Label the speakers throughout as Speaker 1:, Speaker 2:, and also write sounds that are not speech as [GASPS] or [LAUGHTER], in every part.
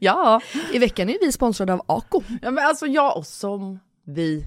Speaker 1: Ja,
Speaker 2: I veckan är vi sponsrade av Ako.
Speaker 1: ja men alltså jag och som vi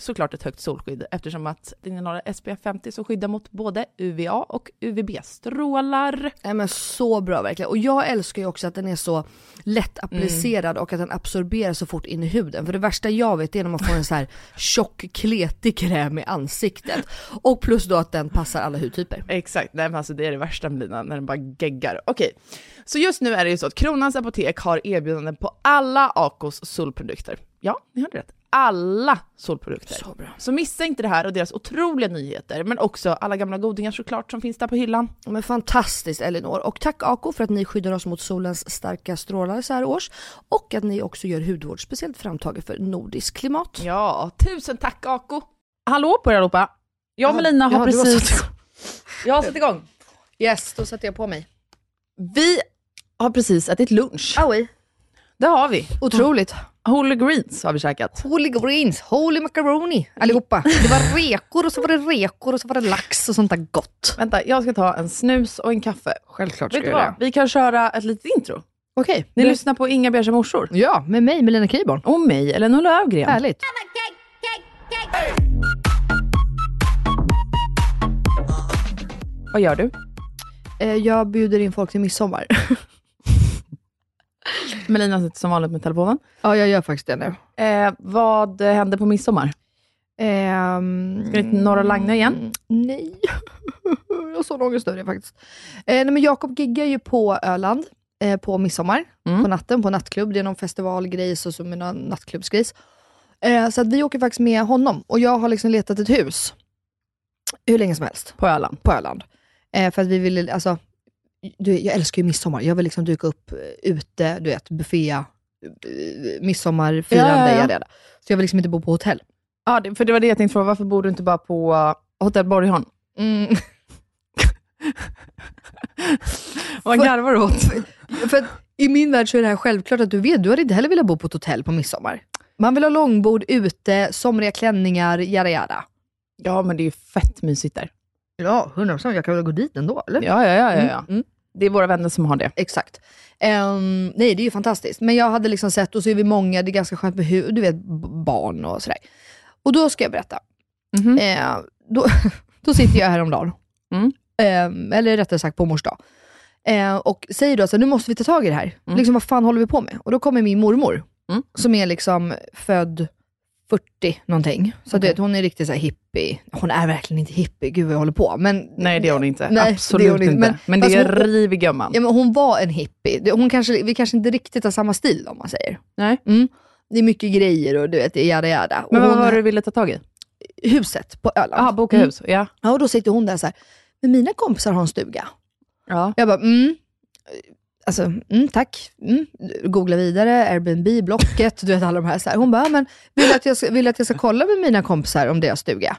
Speaker 1: såklart ett högt solskydd eftersom att den innehåller SPF 50 som skyddar mot både UVA och UVB-strålar.
Speaker 2: Nej men så bra verkligen. Och jag älskar ju också att den är så lätt applicerad och att den absorberas så fort in i huden. För det värsta jag vet är när man får en så [LAUGHS] här tjock kletig kräm i ansiktet. Och plus då att den passar alla hudtyper.
Speaker 1: Exakt, nej men alltså det är det värsta med lina, när den bara geggar. Okej, så just nu är det ju så att Kronans Apotek har erbjudanden på alla Acos solprodukter. Ja, ni hörde rätt. Alla solprodukter. Så, bra. så missa inte det här och deras otroliga nyheter, men också alla gamla godingar såklart som finns där på hyllan.
Speaker 2: Men fantastiskt Elinor. Och tack Ako för att ni skyddar oss mot solens starka strålar så här års. Och att ni också gör hudvård speciellt framtaget för nordisk klimat.
Speaker 1: Ja, tusen tack Ako! Hallå på er allihopa! Jag och Melina har
Speaker 2: ja, du har
Speaker 1: precis... jag har satt igång.
Speaker 2: Yes, då sätter jag på mig.
Speaker 1: Vi har precis ätit lunch.
Speaker 2: Aui.
Speaker 1: Det har vi.
Speaker 2: Otroligt.
Speaker 1: Holy Greens har vi käkat.
Speaker 2: Holy greens, holy macaroni allihopa. Det var rekor och så var det rekor och så var det lax och sånt där gott.
Speaker 1: Vänta, jag ska ta en snus och en kaffe.
Speaker 2: Självklart
Speaker 1: Vet du vad? Vi kan köra ett litet intro.
Speaker 2: Okej.
Speaker 1: Ni lyssnar på Inga beiga morsor.
Speaker 2: Ja, med mig Melina Kriborn.
Speaker 1: Och mig, Eleonora Ögren.
Speaker 2: Härligt.
Speaker 1: Vad gör du?
Speaker 2: Eh, Jag bjuder in folk till midsommar.
Speaker 1: Melina sitter som vanligt med telefonen.
Speaker 2: [LAUGHS] ja, jag gör faktiskt det nu.
Speaker 1: Eh, vad eh, händer på midsommar?
Speaker 2: Ehm,
Speaker 1: Ska ni till Norra Lagna igen?
Speaker 2: Nej. [LAUGHS] jag har sån ångest över det faktiskt. Eh, nej, men Jakob giggar ju på Öland eh, på midsommar.
Speaker 1: Mm.
Speaker 2: På natten, på nattklubb. Det är någon festivalgrejs och så med någon nattklubbsgrejs. Eh, så att vi åker faktiskt med honom. Och jag har liksom letat ett hus. Hur länge som helst.
Speaker 1: På Öland?
Speaker 2: på Öland. Eh, för att vi ville, alltså, du, jag älskar ju midsommar. Jag vill liksom dyka upp eh, ute, du vet, buffé, eh, midsommarfirande,
Speaker 1: Ja, ja, ja.
Speaker 2: jada, jada. Så jag vill liksom inte bo på hotell.
Speaker 1: Ja, det, för det var det jag tänkte fråga. Varför bor du inte bara på eh, Hotell Borgholm?
Speaker 2: Mm.
Speaker 1: Vad
Speaker 2: För-
Speaker 1: garvar du åt?
Speaker 2: för att i min värld så är det här självklart att du vet, du hade inte heller velat bo på ett hotell på midsommar. Man vill ha långbord ute, somriga klänningar, jada jada.
Speaker 1: [LAUGHS] Ja, men det är ju fett mysigt där.
Speaker 2: Ja, 100%. Jag kan väl gå dit ändå, eller?
Speaker 1: Ja, ja, ja. ja, ja.
Speaker 2: Mm, mm.
Speaker 1: Det är våra vänner som har det.
Speaker 2: Exakt. Ehm, nej, det är ju fantastiskt. Men jag hade liksom sett, och så är vi många, det är ganska skönt med hur, du vet, b- barn och sådär. Och då ska jag berätta.
Speaker 1: Mhm.
Speaker 2: [LAUGHS] Eh, då, då sitter jag häromdagen.
Speaker 1: Mm.
Speaker 2: Ehm, Eh, eller rättare sagt på mors dag. Eh, och säger då så här, nu måste vi ta tag i det här. Liksom, vad fan håller vi på med? Och då kommer min mormor,
Speaker 1: Mm.
Speaker 2: som är liksom född 40 någonting. Så du vet, hon är riktigt så här hippie. Hon är verkligen inte hippie, gud vad jag håller på. Men,
Speaker 1: Nej det är hon inte.
Speaker 2: Nej, det är
Speaker 1: Absolut
Speaker 2: hon inte.
Speaker 1: inte.
Speaker 2: Men-
Speaker 1: Men, det
Speaker 2: fast
Speaker 1: är
Speaker 2: hon-
Speaker 1: rivig gumman.
Speaker 2: ja, men hon var en hippie. Det- Hon kanske, vi kanske inte riktigt har samma stil om man säger.
Speaker 1: Nej.
Speaker 2: Mm. Det är mycket grejer och du vet, det är jada jada. Och
Speaker 1: Men vad
Speaker 2: hon-
Speaker 1: var det du ville ta tag i?
Speaker 2: Huset på Öland.
Speaker 1: Jaha, boka
Speaker 2: Mm.
Speaker 1: hus. Ja.
Speaker 2: Ja, och då sitter hon där så här, men mina kompisar har en stuga.
Speaker 1: ja.
Speaker 2: Jag bara, mm. Alltså, mm, tack. Mm. Googla vidare, Airbnb, Blocket, du vet alla de här. Så här. Hon bara, ja, men vill att, jag ska, vill att jag ska kolla med mina kompisar om deras stuga?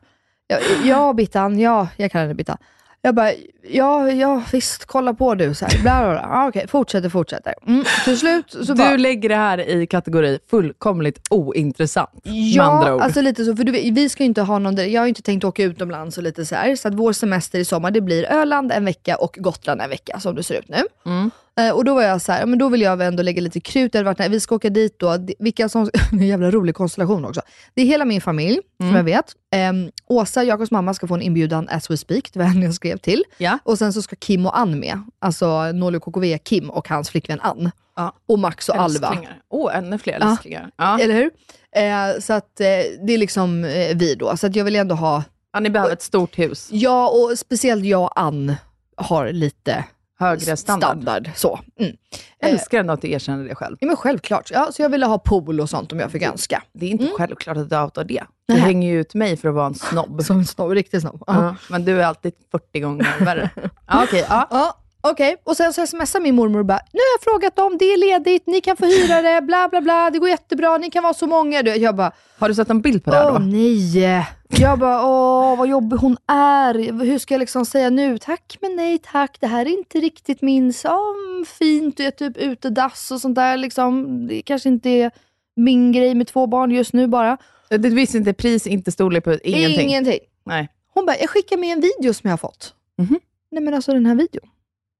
Speaker 2: Jag, ja, Bittan, ja, jag kallar henne Bittan. Jag bara, ja, ja, visst, kolla på du. Så här, bla, bla, bla. Ja, okej, fortsätter, fortsätter. Mm. Till slut så bara,
Speaker 1: Du lägger det här i kategori fullkomligt ointressant.
Speaker 2: Ja,
Speaker 1: med andra ord.
Speaker 2: alltså lite så. För du, vet, vi ska ju inte ha någon, jag har ju inte tänkt åka utomlands och lite så här. Så att vår semester i sommar, det blir Öland en vecka och Gotland en vecka som det ser ut nu.
Speaker 1: Mm.
Speaker 2: Eh, och då var jag så här, ja, men då vill jag väl ändå lägga lite krut. Det hade varit, när vi ska åka dit då, Det- vilka som, [LAUGHS] en jävla rolig konstellation också. Det är hela min familj, som
Speaker 1: Mm.
Speaker 2: jag vet. Eh, Åsa, Jakobs mamma, ska få en inbjudan as we speak. Det var henne jag skrev till.
Speaker 1: Ja.
Speaker 2: Och sen så ska Kim och Ann med. Alltså Nolly KKV, Kim och hans flickvän Ann.
Speaker 1: Ja.
Speaker 2: Och Max och Alva.
Speaker 1: Älsklingar. Åh, ännu fler
Speaker 2: Ja.
Speaker 1: älsklingar. Ja.
Speaker 2: Eller hur? Eh, så att eh, det är liksom eh, vi då. Så att jag vill ändå ha,
Speaker 1: Ja, ni behöver ett stort hus.
Speaker 2: jag och speciellt jag och Ann har lite
Speaker 1: Högre standard.
Speaker 2: så. Mm.
Speaker 1: Jag älskar ändå att du erkänner det själv.
Speaker 2: Ja, men självklart. Ja, så jag ville ha pool och sånt om jag fick önska. Mm.
Speaker 1: Det är inte självklart att du outar det. Du
Speaker 2: Nej.
Speaker 1: hänger ju ut mig för att vara en snobb.
Speaker 2: [LAUGHS] Som en snobb, riktig snobb. Ja.
Speaker 1: Ja, men du är alltid
Speaker 2: [LAUGHS]
Speaker 1: 40 gånger värre. ja, okej. ja.
Speaker 2: Ja, Okej, och sen så smsar min mormor och bara, nu har jag frågat dem, det är ledigt, ni kan få hyra det, bla bla bla, det går jättebra, ni kan vara så många. Du vet, Jag bara,
Speaker 1: Har du sett en bild på det här
Speaker 2: Åh
Speaker 1: då?
Speaker 2: nej! Jag bara, åh vad jobbig hon är. Hur ska jag liksom säga nu? Tack men nej tack, det här är inte riktigt min som fint. Du är typ utedass och sånt där liksom. Det kanske inte är min grej med två barn just nu bara.
Speaker 1: Du visste inte pris, inte storlek på ingenting?
Speaker 2: Ingenting.
Speaker 1: Nej.
Speaker 2: Hon bara, jag skickar med en video som jag har fått.
Speaker 1: Mhm.
Speaker 2: Nej men alltså den här videon.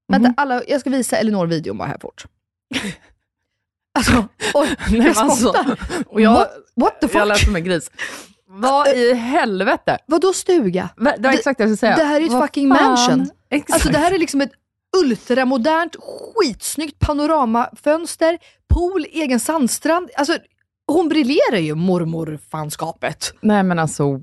Speaker 2: [LAUGHS] Vänta, alla, jag ska visa Elinor-videon bara här fort.
Speaker 1: [LAUGHS]
Speaker 2: alltså, oj,
Speaker 1: Nej, men
Speaker 2: jag
Speaker 1: alltså,
Speaker 2: spottar.
Speaker 1: och jag-
Speaker 2: what, what the fuck?
Speaker 1: Jag lät som en gris. Vad i helvete?
Speaker 2: Vadå stuga?
Speaker 1: Va- Det var
Speaker 2: Det-
Speaker 1: exakt det jag skulle säga.
Speaker 2: det här är ett
Speaker 1: Vad
Speaker 2: fucking
Speaker 1: fan?
Speaker 2: mansion.
Speaker 1: Exakt.
Speaker 2: Alltså det här är liksom ett ultramodernt, skitsnyggt panoramafönster, pool, egen sandstrand. Alltså hon briljerar ju mormorfanskapet.
Speaker 1: Nej men alltså, eh,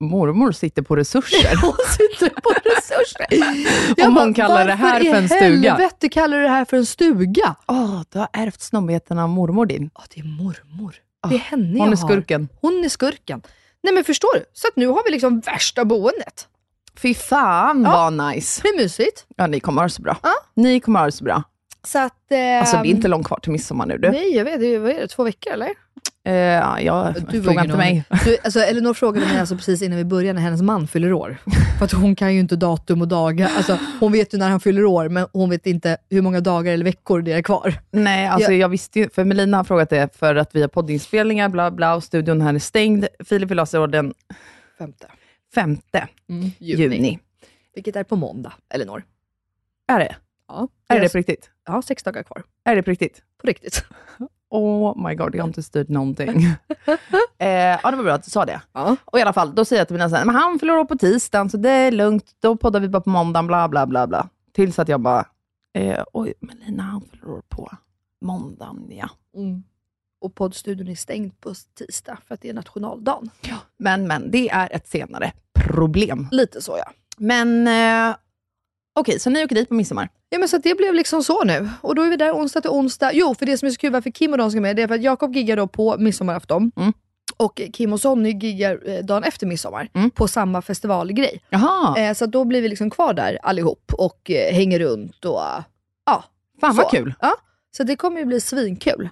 Speaker 1: mormor sitter på resurser.
Speaker 2: [LAUGHS] Hon sitter på resurser.
Speaker 1: [LAUGHS] Om hon kallar det här för en
Speaker 2: Varför i
Speaker 1: stuga."
Speaker 2: helvete kallar du det här för en stuga?
Speaker 1: Åh, du har ärvt snobbigheten av mormor din.
Speaker 2: Ja, det är mormor. Det är henne jag
Speaker 1: Hon är
Speaker 2: har.
Speaker 1: skurken.
Speaker 2: Hon är skurken. Nej men förstår du? Så att nu har vi liksom värsta boendet.
Speaker 1: Fy fan vad nice.
Speaker 2: Det är mysigt.
Speaker 1: Ja, ni kommer ha det så bra. Ni kommer ha det så bra.
Speaker 2: Så att... Eh,
Speaker 1: Alltså det är inte långt kvar till midsommar nu du.
Speaker 2: Nej, jag vet. det är- Vad är det? Två veckor eller?
Speaker 1: Eh, ja, jag, fråga inte mig.
Speaker 2: Du, alltså, Elinor frågade mig alltså precis innan vi började när hennes man fyller år. För att hon kan ju inte datum och dagar. Alltså, hon vet ju när han fyller år, men hon vet inte hur många dagar eller veckor det är kvar.
Speaker 1: Nej, alltså jag visste ju, för Melina har frågat det för att vi har poddinspelningar, bla bla, och studion här är stängd. Filip vill ha sig den
Speaker 2: Femte
Speaker 1: 5 juni.
Speaker 2: Mm, Vilket är på måndag, Elinor.
Speaker 1: Är det?
Speaker 2: Ja,
Speaker 1: Är det på riktigt?
Speaker 2: Ja, sex dagar kvar.
Speaker 1: Är det på riktigt?
Speaker 2: På riktigt.
Speaker 1: Oh my god, jag har inte styrt någonting. [LAUGHS] eh, ja, det var bra att du sa det.
Speaker 2: Ja.
Speaker 1: Och i alla fall, då säger jag till mina vänner, men han förlorar år på tisdagen, så det är lugnt. Då poddar vi bara på måndagen, bla bla bla. bla. Tills att jag bara, eh, oj, men Lina han förlorar år på måndagen, ja.
Speaker 2: Och poddstudion är stängd på tisdag för att det är nationaldagen.
Speaker 1: Men, men, det är ett senare problem.
Speaker 2: Lite så ja.
Speaker 1: Men, eh, okej, så ni åker dit på midsommar?
Speaker 2: Ja men så att det blev liksom så nu. Och då är vi där onsdag till onsdag. Jo, för det som är så kul varför Kim och de ska med, det är för att Jakob giggar då på midsommarafton.
Speaker 1: Mm.
Speaker 2: Och Kim och Sonny giggar eh, dagen efter midsommar
Speaker 1: Mm.
Speaker 2: på samma festivalgrej.
Speaker 1: Jaha,
Speaker 2: Eh, så att då blir vi liksom kvar där allihop och eh, hänger runt och eh, ja.
Speaker 1: fan vad
Speaker 2: så.
Speaker 1: kul.
Speaker 2: Ja, så det kommer ju bli svinkul.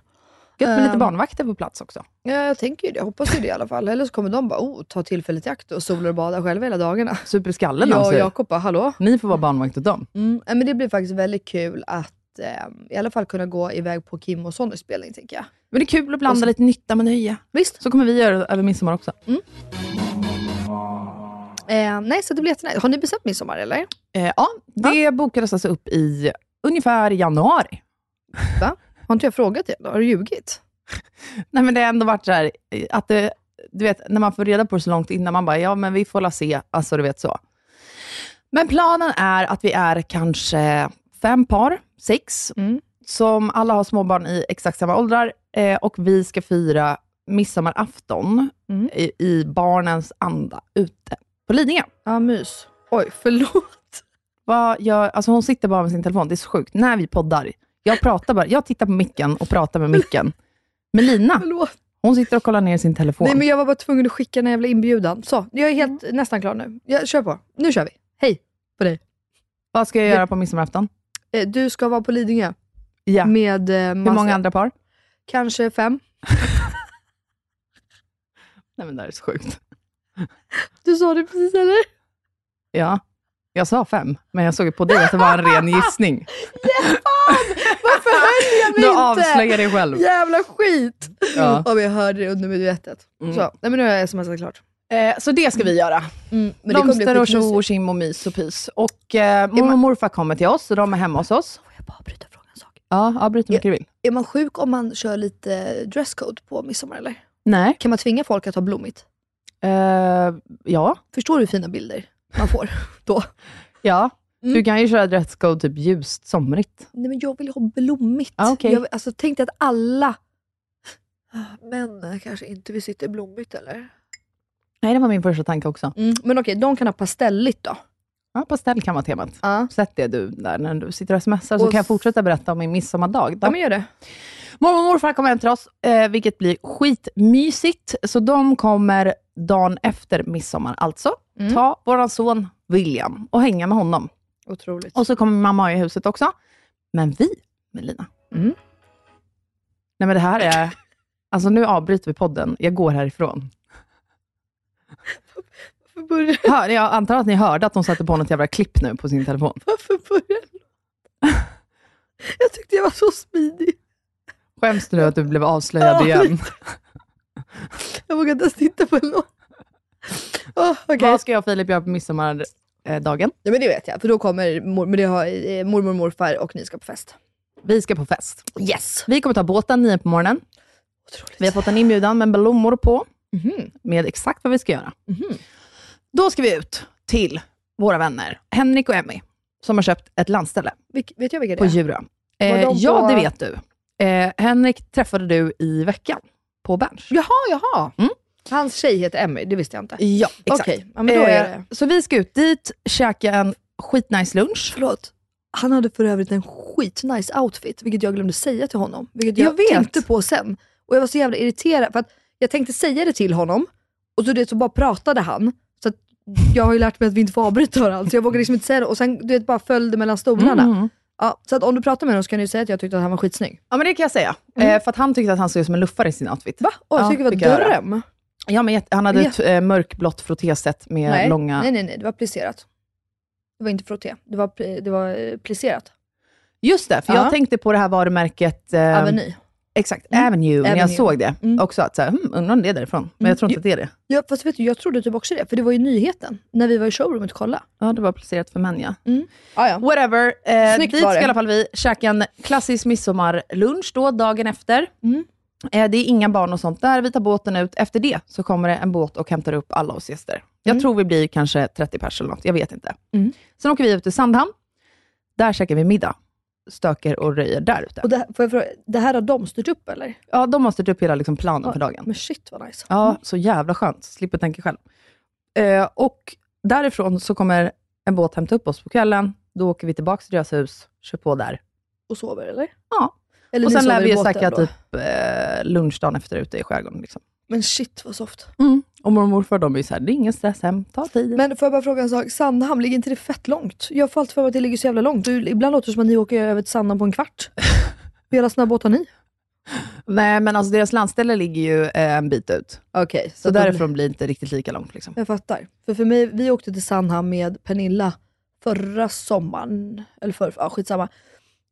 Speaker 1: Gött med lite
Speaker 2: Ehm.
Speaker 1: barnvakter på plats också.
Speaker 2: Ja, jag tänker ju det. Jag hoppas ju det i alla fall. Eller så kommer de bara, oh, ta tillfället i akt och solar och badar själva hela dagarna.
Speaker 1: Super i skallen
Speaker 2: Jag
Speaker 1: av
Speaker 2: och
Speaker 1: sig.
Speaker 2: Jakob bara, hallå?
Speaker 1: Ni får vara barnvakt åt dem.
Speaker 2: Mm, eh, men det blir faktiskt väldigt kul att eh, i alla fall kunna gå iväg på Kim och Sonnys spelning tänker jag.
Speaker 1: Men det är kul att blanda lite nytta med nöje.
Speaker 2: Visst.
Speaker 1: Så kommer vi göra över midsommar också.
Speaker 2: Eh, nej, så det blir jättenice. Har ni bestämt midsommar eller?
Speaker 1: Eh, ja, det bokades alltså upp i ungefär januari.
Speaker 2: Va? Har inte jag frågat det? Har du ljugit?
Speaker 1: Nej, men det har ändå varit så här, eh, att det, du vet, när man får reda på det så långt innan, man bara, ja men vi får la se, alltså du vet så. Men planen är att vi är kanske fem par, sex,
Speaker 2: Mm.
Speaker 1: som alla har småbarn i exakt samma åldrar eh, och vi ska fira midsommarafton
Speaker 2: Mm.
Speaker 1: i, i barnens anda ute på Lidingö.
Speaker 2: Ja, mys. Oj, förlåt. [LAUGHS]
Speaker 1: Vad gör, alltså hon sitter bara med sin telefon, det är så sjukt. När vi poddar, jag pratar bara, jag tittar på micken och pratar med micken. Men Lina,
Speaker 2: förlåt.
Speaker 1: hon sitter och kollar ner i sin telefon.
Speaker 2: Nej, men jag var bara tvungen att skicka en jävla inbjudan. Så, jag är helt, nästan klar nu. Jag kör på. Nu kör vi. Hej på dig.
Speaker 1: Vad ska jag göra på midsommarafton?
Speaker 2: Eh, Du ska vara på Lidingö
Speaker 1: Ja.
Speaker 2: med eh,
Speaker 1: Hur
Speaker 2: massa-
Speaker 1: många andra par?
Speaker 2: Kanske fem.
Speaker 1: Nej men det här är så sjukt.
Speaker 2: Du sa det precis, eller?
Speaker 1: Ja, jag sa fem, men jag såg på [LAUGHS] dig att det var en ren gissning.
Speaker 2: Varför höll jag mig
Speaker 1: Du
Speaker 2: inte?
Speaker 1: avslöjar dig själv.
Speaker 2: Jävla skit!
Speaker 1: Ja.
Speaker 2: Om jag hörde det under medvetet.
Speaker 1: Mm.
Speaker 2: Så, nej men nu har jag smsat klart.
Speaker 1: Eh, så det ska vi göra.
Speaker 2: Mm, men det kommer bli
Speaker 1: Blomster och
Speaker 2: skitmysigt.
Speaker 1: tjo och tjim och mys och pys. Och eh, mormor och morfar kommer till oss och de är hemma hos oss.
Speaker 2: Får jag bara bryta frågan en sak?
Speaker 1: Ja, avbryt hur mycket du vill.
Speaker 2: Är man sjuk om man kör lite dresscode på midsommar eller?
Speaker 1: Nej.
Speaker 2: Kan man tvinga folk att ha blommigt?
Speaker 1: Eh, ja.
Speaker 2: Förstår du hur fina bilder man får [LAUGHS] då?
Speaker 1: ja.
Speaker 2: Mm.
Speaker 1: Du kan ju köra dresscode typ ljust, somrigt.
Speaker 2: Nej men jag vill ha blommigt.
Speaker 1: Ah, okej.
Speaker 2: jag, alltså, tänk dig att alla Ah, män kanske inte vill sitta i blommigt eller?
Speaker 1: Nej, det var min första tanke också.
Speaker 2: Mm, men okej, de kan ha pastelligt då.
Speaker 1: Ja, pastell kan vara temat.
Speaker 2: Ja.
Speaker 1: Sätt det du där när du sitter och smsar, så
Speaker 2: Och
Speaker 1: kan jag
Speaker 2: s-
Speaker 1: fortsätta berätta om min midsommardag. Då.
Speaker 2: Ja men gör det.
Speaker 1: Mormor och morfar kommer hem till oss, eh, vilket blir skitmysigt. Så de kommer dagen efter midsommar alltså,
Speaker 2: Mm.
Speaker 1: ta vår son William och hänga med honom.
Speaker 2: Otroligt.
Speaker 1: Och så kommer mamma i huset också. Men vi, Melina.
Speaker 2: Mm.
Speaker 1: Nej men det
Speaker 2: [LAUGHS]
Speaker 1: här är... Alltså nu avbryter vi podden. Jag går härifrån.
Speaker 2: Varför börjar, [LAUGHS]
Speaker 1: Hör, jag antar att ni hörde att hon satte på något jävla klipp nu på sin telefon.
Speaker 2: varför börjar Jag tyckte jag var så smidig.
Speaker 1: Skäms du nu att du blev avslöjad
Speaker 2: Ja,
Speaker 1: igen?
Speaker 2: Jag vågade inte ens titta på en låt. Oh, Okej.
Speaker 1: Vad ska jag och Filip göra på midsommardagen?
Speaker 2: Ja, men det vet jag, för då kommer mor, men det har, eh, mormor, morfar och ni ska på fest.
Speaker 1: Vi ska på fest.
Speaker 2: Yes!
Speaker 1: Vi kommer ta båten nio på morgonen.
Speaker 2: Otroligt.
Speaker 1: Vi har fått en inbjudan med blommor på, med exakt vad vi ska göra. Då ska vi ut till våra vänner, Henrik och Emmy, som har köpt ett landställe.
Speaker 2: Vilk, vet jag vilka det
Speaker 1: På
Speaker 2: är?
Speaker 1: Djurö.
Speaker 2: Var
Speaker 1: Eh,
Speaker 2: de
Speaker 1: ja,
Speaker 2: på-
Speaker 1: det vet du. Eh, Henrik träffade du i veckan på Berns.
Speaker 2: Jaha, jaha.
Speaker 1: Mm.
Speaker 2: Hans tjej heter Emmy, det visste jag inte.
Speaker 1: Ja, exakt.
Speaker 2: Okej, ja, men då är
Speaker 1: Eh,
Speaker 2: det.
Speaker 1: Så vi ska ut dit, käka en skitnice lunch.
Speaker 2: Förlåt. Han hade för övrigt en skitnice outfit, vilket jag glömde säga till honom. Vilket jag,
Speaker 1: Jag vet.
Speaker 2: tänkte på sen. Och jag var så jävla irriterad, för att jag tänkte säga det till honom, och så, det, så bara pratade han. Så att jag har ju lärt mig att vi inte får avbryta varandra, så jag vågade liksom inte säga det. Och sen du vet, bara föll det mellan stolarna. Ja, så att om du pratar med honom så kan du ju säga att jag tyckte att han var skitsnygg.
Speaker 1: Ja, men det kan jag säga. Eh, för att han tyckte att han såg ut som en luffare i sin outfit.
Speaker 2: Va? Åh, jag
Speaker 1: Ja,
Speaker 2: tycker det
Speaker 1: fick jag
Speaker 2: var
Speaker 1: höra.
Speaker 2: dröm.
Speaker 1: Ja, men jätte- han hade
Speaker 2: Ja.
Speaker 1: ett eh, mörkblått frottéset med
Speaker 2: Nej.
Speaker 1: långa...
Speaker 2: nej, nej, nej, det var plisserat. Det var inte frotté, det var, pl- det var eh, plisserat.
Speaker 1: Just det, för
Speaker 2: Ja.
Speaker 1: jag tänkte på det här varumärket... eh,
Speaker 2: Aveny.
Speaker 1: Exakt,
Speaker 2: Mm.
Speaker 1: Avenue, när jag
Speaker 2: Avenue.
Speaker 1: såg det.
Speaker 2: Mm.
Speaker 1: Också att så här, hmm, undrar om det är därifrån. Men jag tror inte att det är det.
Speaker 2: Ja, fast vet du, jag trodde typ också det, för det var ju nyheten när vi var i showroomet och kollade.
Speaker 1: Ja, det var placerat för män ja.
Speaker 2: Ah, ja.
Speaker 1: Whatever. Eh,
Speaker 2: Snyggt
Speaker 1: dit
Speaker 2: var
Speaker 1: ska
Speaker 2: det.
Speaker 1: i alla fall vi käka en klassisk midsommarlunch då, dagen efter.
Speaker 2: Mm.
Speaker 1: Eh, det är inga barn och sånt där. Vi tar båten ut. Efter det så kommer det en båt och hämtar upp alla oss gäster. Jag tror vi blir kanske 30 pers eller något. Jag vet inte.
Speaker 2: Mm.
Speaker 1: Sen åker vi ut till Sandhamn. Där käkar vi middag. Stöker och röjer där ute.
Speaker 2: Och det, får jag fråga, det här har de styrt upp eller?
Speaker 1: Ja, de har styrt upp hela liksom, planen för dagen.
Speaker 2: Men shit vad nice.
Speaker 1: Ja, så jävla skönt. Slipper tänka själv. Eh, och därifrån så kommer en båt hämta upp oss på kvällen. Då åker vi tillbaka till deras hus, kör på där.
Speaker 2: Och sover eller?
Speaker 1: Ja.
Speaker 2: Eller
Speaker 1: och
Speaker 2: ni
Speaker 1: sen
Speaker 2: sover
Speaker 1: lär
Speaker 2: i
Speaker 1: vi ju
Speaker 2: båten
Speaker 1: snacka
Speaker 2: då?
Speaker 1: typ eh, lunchdagen efter ute i skärgården. Liksom.
Speaker 2: Men shit vad soft.
Speaker 1: Och mormor och morfar de är ju såhär, det är ingen stress hem, ta tiden.
Speaker 2: Men får jag bara fråga en sak, Sandhamn, ligger inte det fett långt? Jag har fått för mig att det ligger så jävla långt. Du, ibland låter det som att ni åker över till Sandhamn på en
Speaker 1: [LAUGHS]
Speaker 2: kvart. Hur jävla snabba båtar ni?
Speaker 1: Nej men alltså deras landställe ligger ju eh, en bit ut.
Speaker 2: Okej,
Speaker 1: Så därifrån blir det inte riktigt lika långt. Liksom.
Speaker 2: Jag fattar. För, för mig, vi åkte till Sandhamn med Pernilla förra sommaren, eller förra, ja, skitsamma.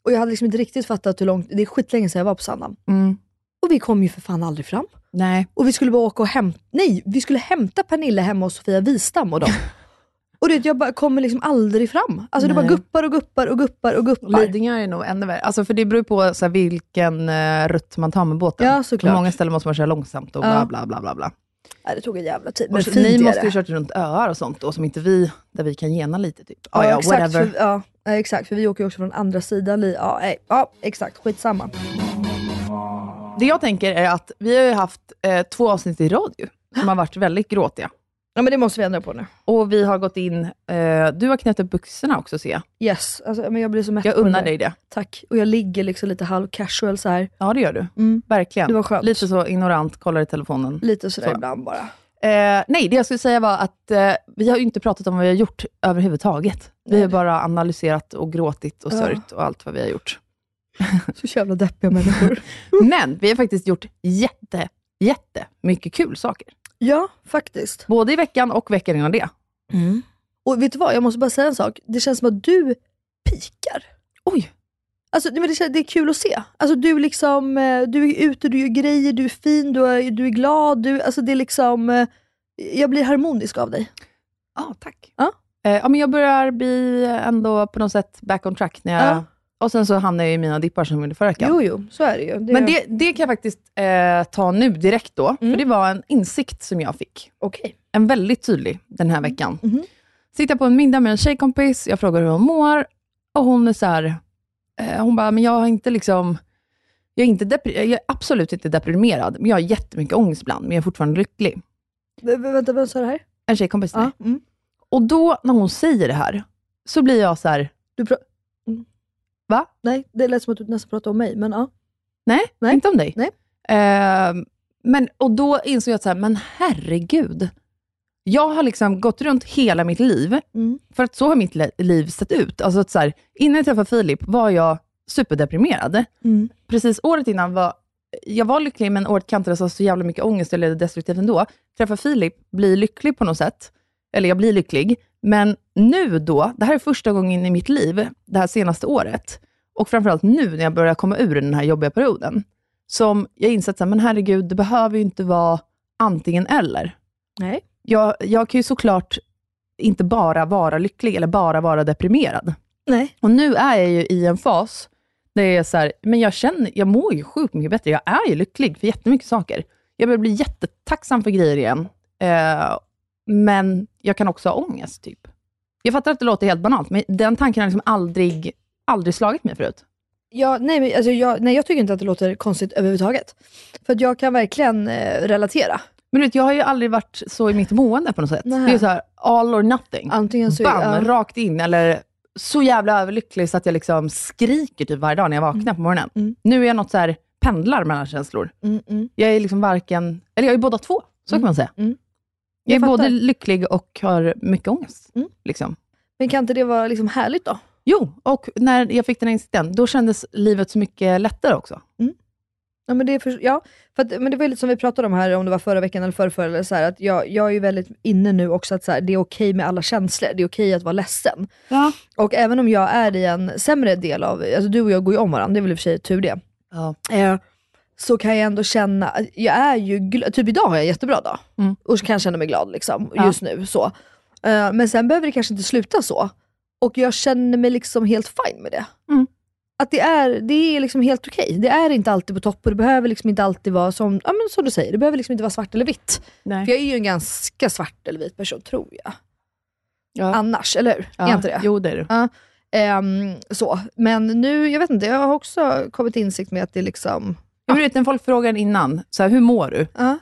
Speaker 2: Och jag hade liksom inte riktigt fattat hur långt, det är skitlänge sedan jag var på Sandhamn.
Speaker 1: Mm.
Speaker 2: Och vi kom ju för fan aldrig fram.
Speaker 1: Nej.
Speaker 2: Och vi skulle bara åka och hämta, nej, vi skulle hämta Pernilla hemma hos Sofia Wistam
Speaker 1: [LAUGHS]
Speaker 2: och dem. och du vet, jag bara kommer liksom aldrig fram. Alltså det bara
Speaker 1: Nej.
Speaker 2: guppar och guppar och guppar och guppar.
Speaker 1: Lidingö är nog ännu värre. Alltså, för det beror ju på så här, vilken eh, rutt man tar med båten.
Speaker 2: Ja, såklart.
Speaker 1: På många ställen måste man köra långsamt och bla
Speaker 2: Ja.
Speaker 1: bla bla bla. bla.
Speaker 2: Nej, det tog en jävla tid. Men
Speaker 1: Och så,
Speaker 2: fint
Speaker 1: ni
Speaker 2: är
Speaker 1: måste
Speaker 2: det.
Speaker 1: ju kört runt öar och sånt då, som inte vi, där vi kan gena lite typ.
Speaker 2: Ja,
Speaker 1: Ah, ja,
Speaker 2: exakt,
Speaker 1: whatever.
Speaker 2: för, ja, ja, exakt. För vi åker ju också från andra sidan. li- Ja, nej, ja exakt. Skitsamma.
Speaker 1: Det jag tänker är att vi har ju haft eh, två avsnitt i rad ju, som har varit väldigt gråtiga.
Speaker 2: Ja, men det måste vi ändra på nu.
Speaker 1: Och vi har gått in, eh, du har knäppt upp byxorna också ser jag.
Speaker 2: Yes, alltså, men jag blir så mätt
Speaker 1: Jag
Speaker 2: på det
Speaker 1: unnar
Speaker 2: där.
Speaker 1: dig det.
Speaker 2: Tack. Och jag ligger liksom lite halv casual så här.
Speaker 1: Ja, det gör du.
Speaker 2: Mm.
Speaker 1: Verkligen.
Speaker 2: Det var skönt.
Speaker 1: Lite så ignorant, kollar i telefonen.
Speaker 2: Lite sådär
Speaker 1: Så.
Speaker 2: ibland
Speaker 1: [LAUGHS]
Speaker 2: bara.
Speaker 1: Eh, nej, det jag skulle säga var att eh, vi har ju inte pratat om vad vi har gjort överhuvudtaget. Vi har bara analyserat och gråtit och
Speaker 2: Ja.
Speaker 1: sörjt och allt vad vi har gjort.
Speaker 2: Så jävla deppiga [LAUGHS]
Speaker 1: [LAUGHS]
Speaker 2: människor.
Speaker 1: Men vi har faktiskt gjort jätte, jätte mycket kul saker.
Speaker 2: ja, faktiskt.
Speaker 1: Både i veckan och veckan innan det.
Speaker 2: Och vet du vad, jag måste bara säga en sak. Det känns som att du pikar.
Speaker 1: Oj!
Speaker 2: Alltså, nej, men det, kän- det är kul att se. Alltså, du, liksom, eh, du är ute, du gör grejer, du är fin, du är, du är glad. Du, alltså, det är liksom, eh, jag blir harmonisk av dig.
Speaker 1: Ja, tack.
Speaker 2: Ja.
Speaker 1: Eh, ja, men jag börjar bli ändå på något sätt back on track. När jag,
Speaker 2: Ja.
Speaker 1: Och sen så hamnar jag i mina dippar som jag gjorde förra veckan.
Speaker 2: Jo, jo, så är det ju.
Speaker 1: Men det, det kan jag faktiskt eh, ta nu direkt då,
Speaker 2: Mm.
Speaker 1: för det var en insikt som jag fick.
Speaker 2: Okej.
Speaker 1: En väldigt tydlig den här veckan.
Speaker 2: Mhm.
Speaker 1: Sitter på en middag med en tjejkompis, jag frågar hur hon mår och hon är så här, eh, hon bara, men jag har inte liksom, jag är, inte depri- jag är absolut inte deprimerad, men jag har jättemycket ångest ibland, men jag är fortfarande lycklig.
Speaker 2: Vä- vä- Vänta, vem sa det här?
Speaker 1: En tjejkompis till mig.
Speaker 2: Mm.
Speaker 1: Och då när hon säger det här, så blir jag så här,
Speaker 2: Du pra- mm.
Speaker 1: Va?
Speaker 2: Nej, det lät som att du nästan pratade om mig, men ja.
Speaker 1: Nej,
Speaker 2: Nej.
Speaker 1: inte om dig.
Speaker 2: Nej.
Speaker 1: Ehm, men, och då insåg jag att, så här, men herregud. Jag har liksom gått runt hela mitt liv,
Speaker 2: Mm.
Speaker 1: för att så har mitt le- liv sett ut. Alltså att så här, innan jag träffade Filip var jag superdeprimerad.
Speaker 2: Mm.
Speaker 1: Precis året innan var jag var lycklig, men året kantades av så jävla mycket ångest, eller destruktivt ändå. Träffar Filip, blir lycklig på något sätt. Eller jag blir lycklig. Men nu då, det här är första gången i mitt liv, det här senaste året, och framförallt nu när jag börjar komma ur den här jobbiga perioden, som jag insett, så här, men herregud, det behöver ju inte vara antingen eller.
Speaker 2: Nej.
Speaker 1: Jag, jag kan ju såklart inte bara vara lycklig, eller bara vara deprimerad.
Speaker 2: Nej.
Speaker 1: Och nu är jag ju i en fas där jag är så här, men jag känner, jag mår ju sjukt mycket bättre. Jag är ju lycklig för jättemycket saker. Jag börjar bli jättetacksam för grejer igen. Eh, men jag kan också ha ångest, typ. Jag fattar att det låter helt banalt, men den tanken har liksom aldrig, aldrig slagit mig förut.
Speaker 2: Ja, nej, men, alltså, jag, nej, jag tycker inte att det låter konstigt överhuvudtaget. För att jag kan verkligen eh, relatera.
Speaker 1: Men du vet, jag har ju aldrig varit så i mitt mående på något sätt.
Speaker 2: Nej.
Speaker 1: Det är så här, all or nothing.
Speaker 2: Antingen så
Speaker 1: Bam,
Speaker 2: ja.
Speaker 1: rakt in. Eller så jävla överlycklig så att jag liksom skriker typ varje dag när jag vaknar på morgonen.
Speaker 2: Mm.
Speaker 1: Nu är jag något så här, pendlar mellan känslor.
Speaker 2: Mm, mm.
Speaker 1: Jag är liksom varken, eller jag är båda två, så kan man säga.
Speaker 2: mm.
Speaker 1: Jag är
Speaker 2: Jag
Speaker 1: både
Speaker 2: fattar.
Speaker 1: lycklig och har mycket ångest.
Speaker 2: Mm.
Speaker 1: Liksom.
Speaker 2: Men kan inte det vara liksom härligt då?
Speaker 1: Jo, och när jag fick den här insikten, då kändes livet så mycket lättare också.
Speaker 2: Ja, men det, är för, ja, för att, men det var ju lite som vi pratade om här, om det var förra veckan eller förrförra, eller så här, att jag, jag är ju väldigt inne nu också att så här, det är okej med alla känslor, det är okej att vara ledsen.
Speaker 1: Ja.
Speaker 2: Och även om jag är i en sämre del av, alltså du och jag går ju om varandra, det är väl i och för sig tur det,
Speaker 1: Ja.
Speaker 2: eh, så kan jag ändå känna, att jag är ju, gl- typ idag har jag en jättebra dag
Speaker 1: Mm.
Speaker 2: och så kan jag känna mig glad liksom,
Speaker 1: Ja.
Speaker 2: just nu. så. Eh, men sen behöver det kanske inte sluta så. Och jag känner mig liksom helt fine med det.
Speaker 1: Mm.
Speaker 2: Att det är, det är liksom helt okej. Det är inte alltid på topp och det behöver liksom inte alltid vara som, ja, men som du säger, det behöver liksom inte vara svart eller vitt. För
Speaker 1: Nej.
Speaker 2: jag är ju en ganska svart eller vit person, tror jag.
Speaker 1: Ja.
Speaker 2: Annars, eller hur? Är jag inte det?
Speaker 1: Jo, det är du.
Speaker 2: Eh, Ehm, så. Men nu, jag vet inte, jag har också kommit till insikt med att det är liksom...
Speaker 1: Ja. men Du vet, när folk frågar innan, så här, hur mår du?
Speaker 2: Ja.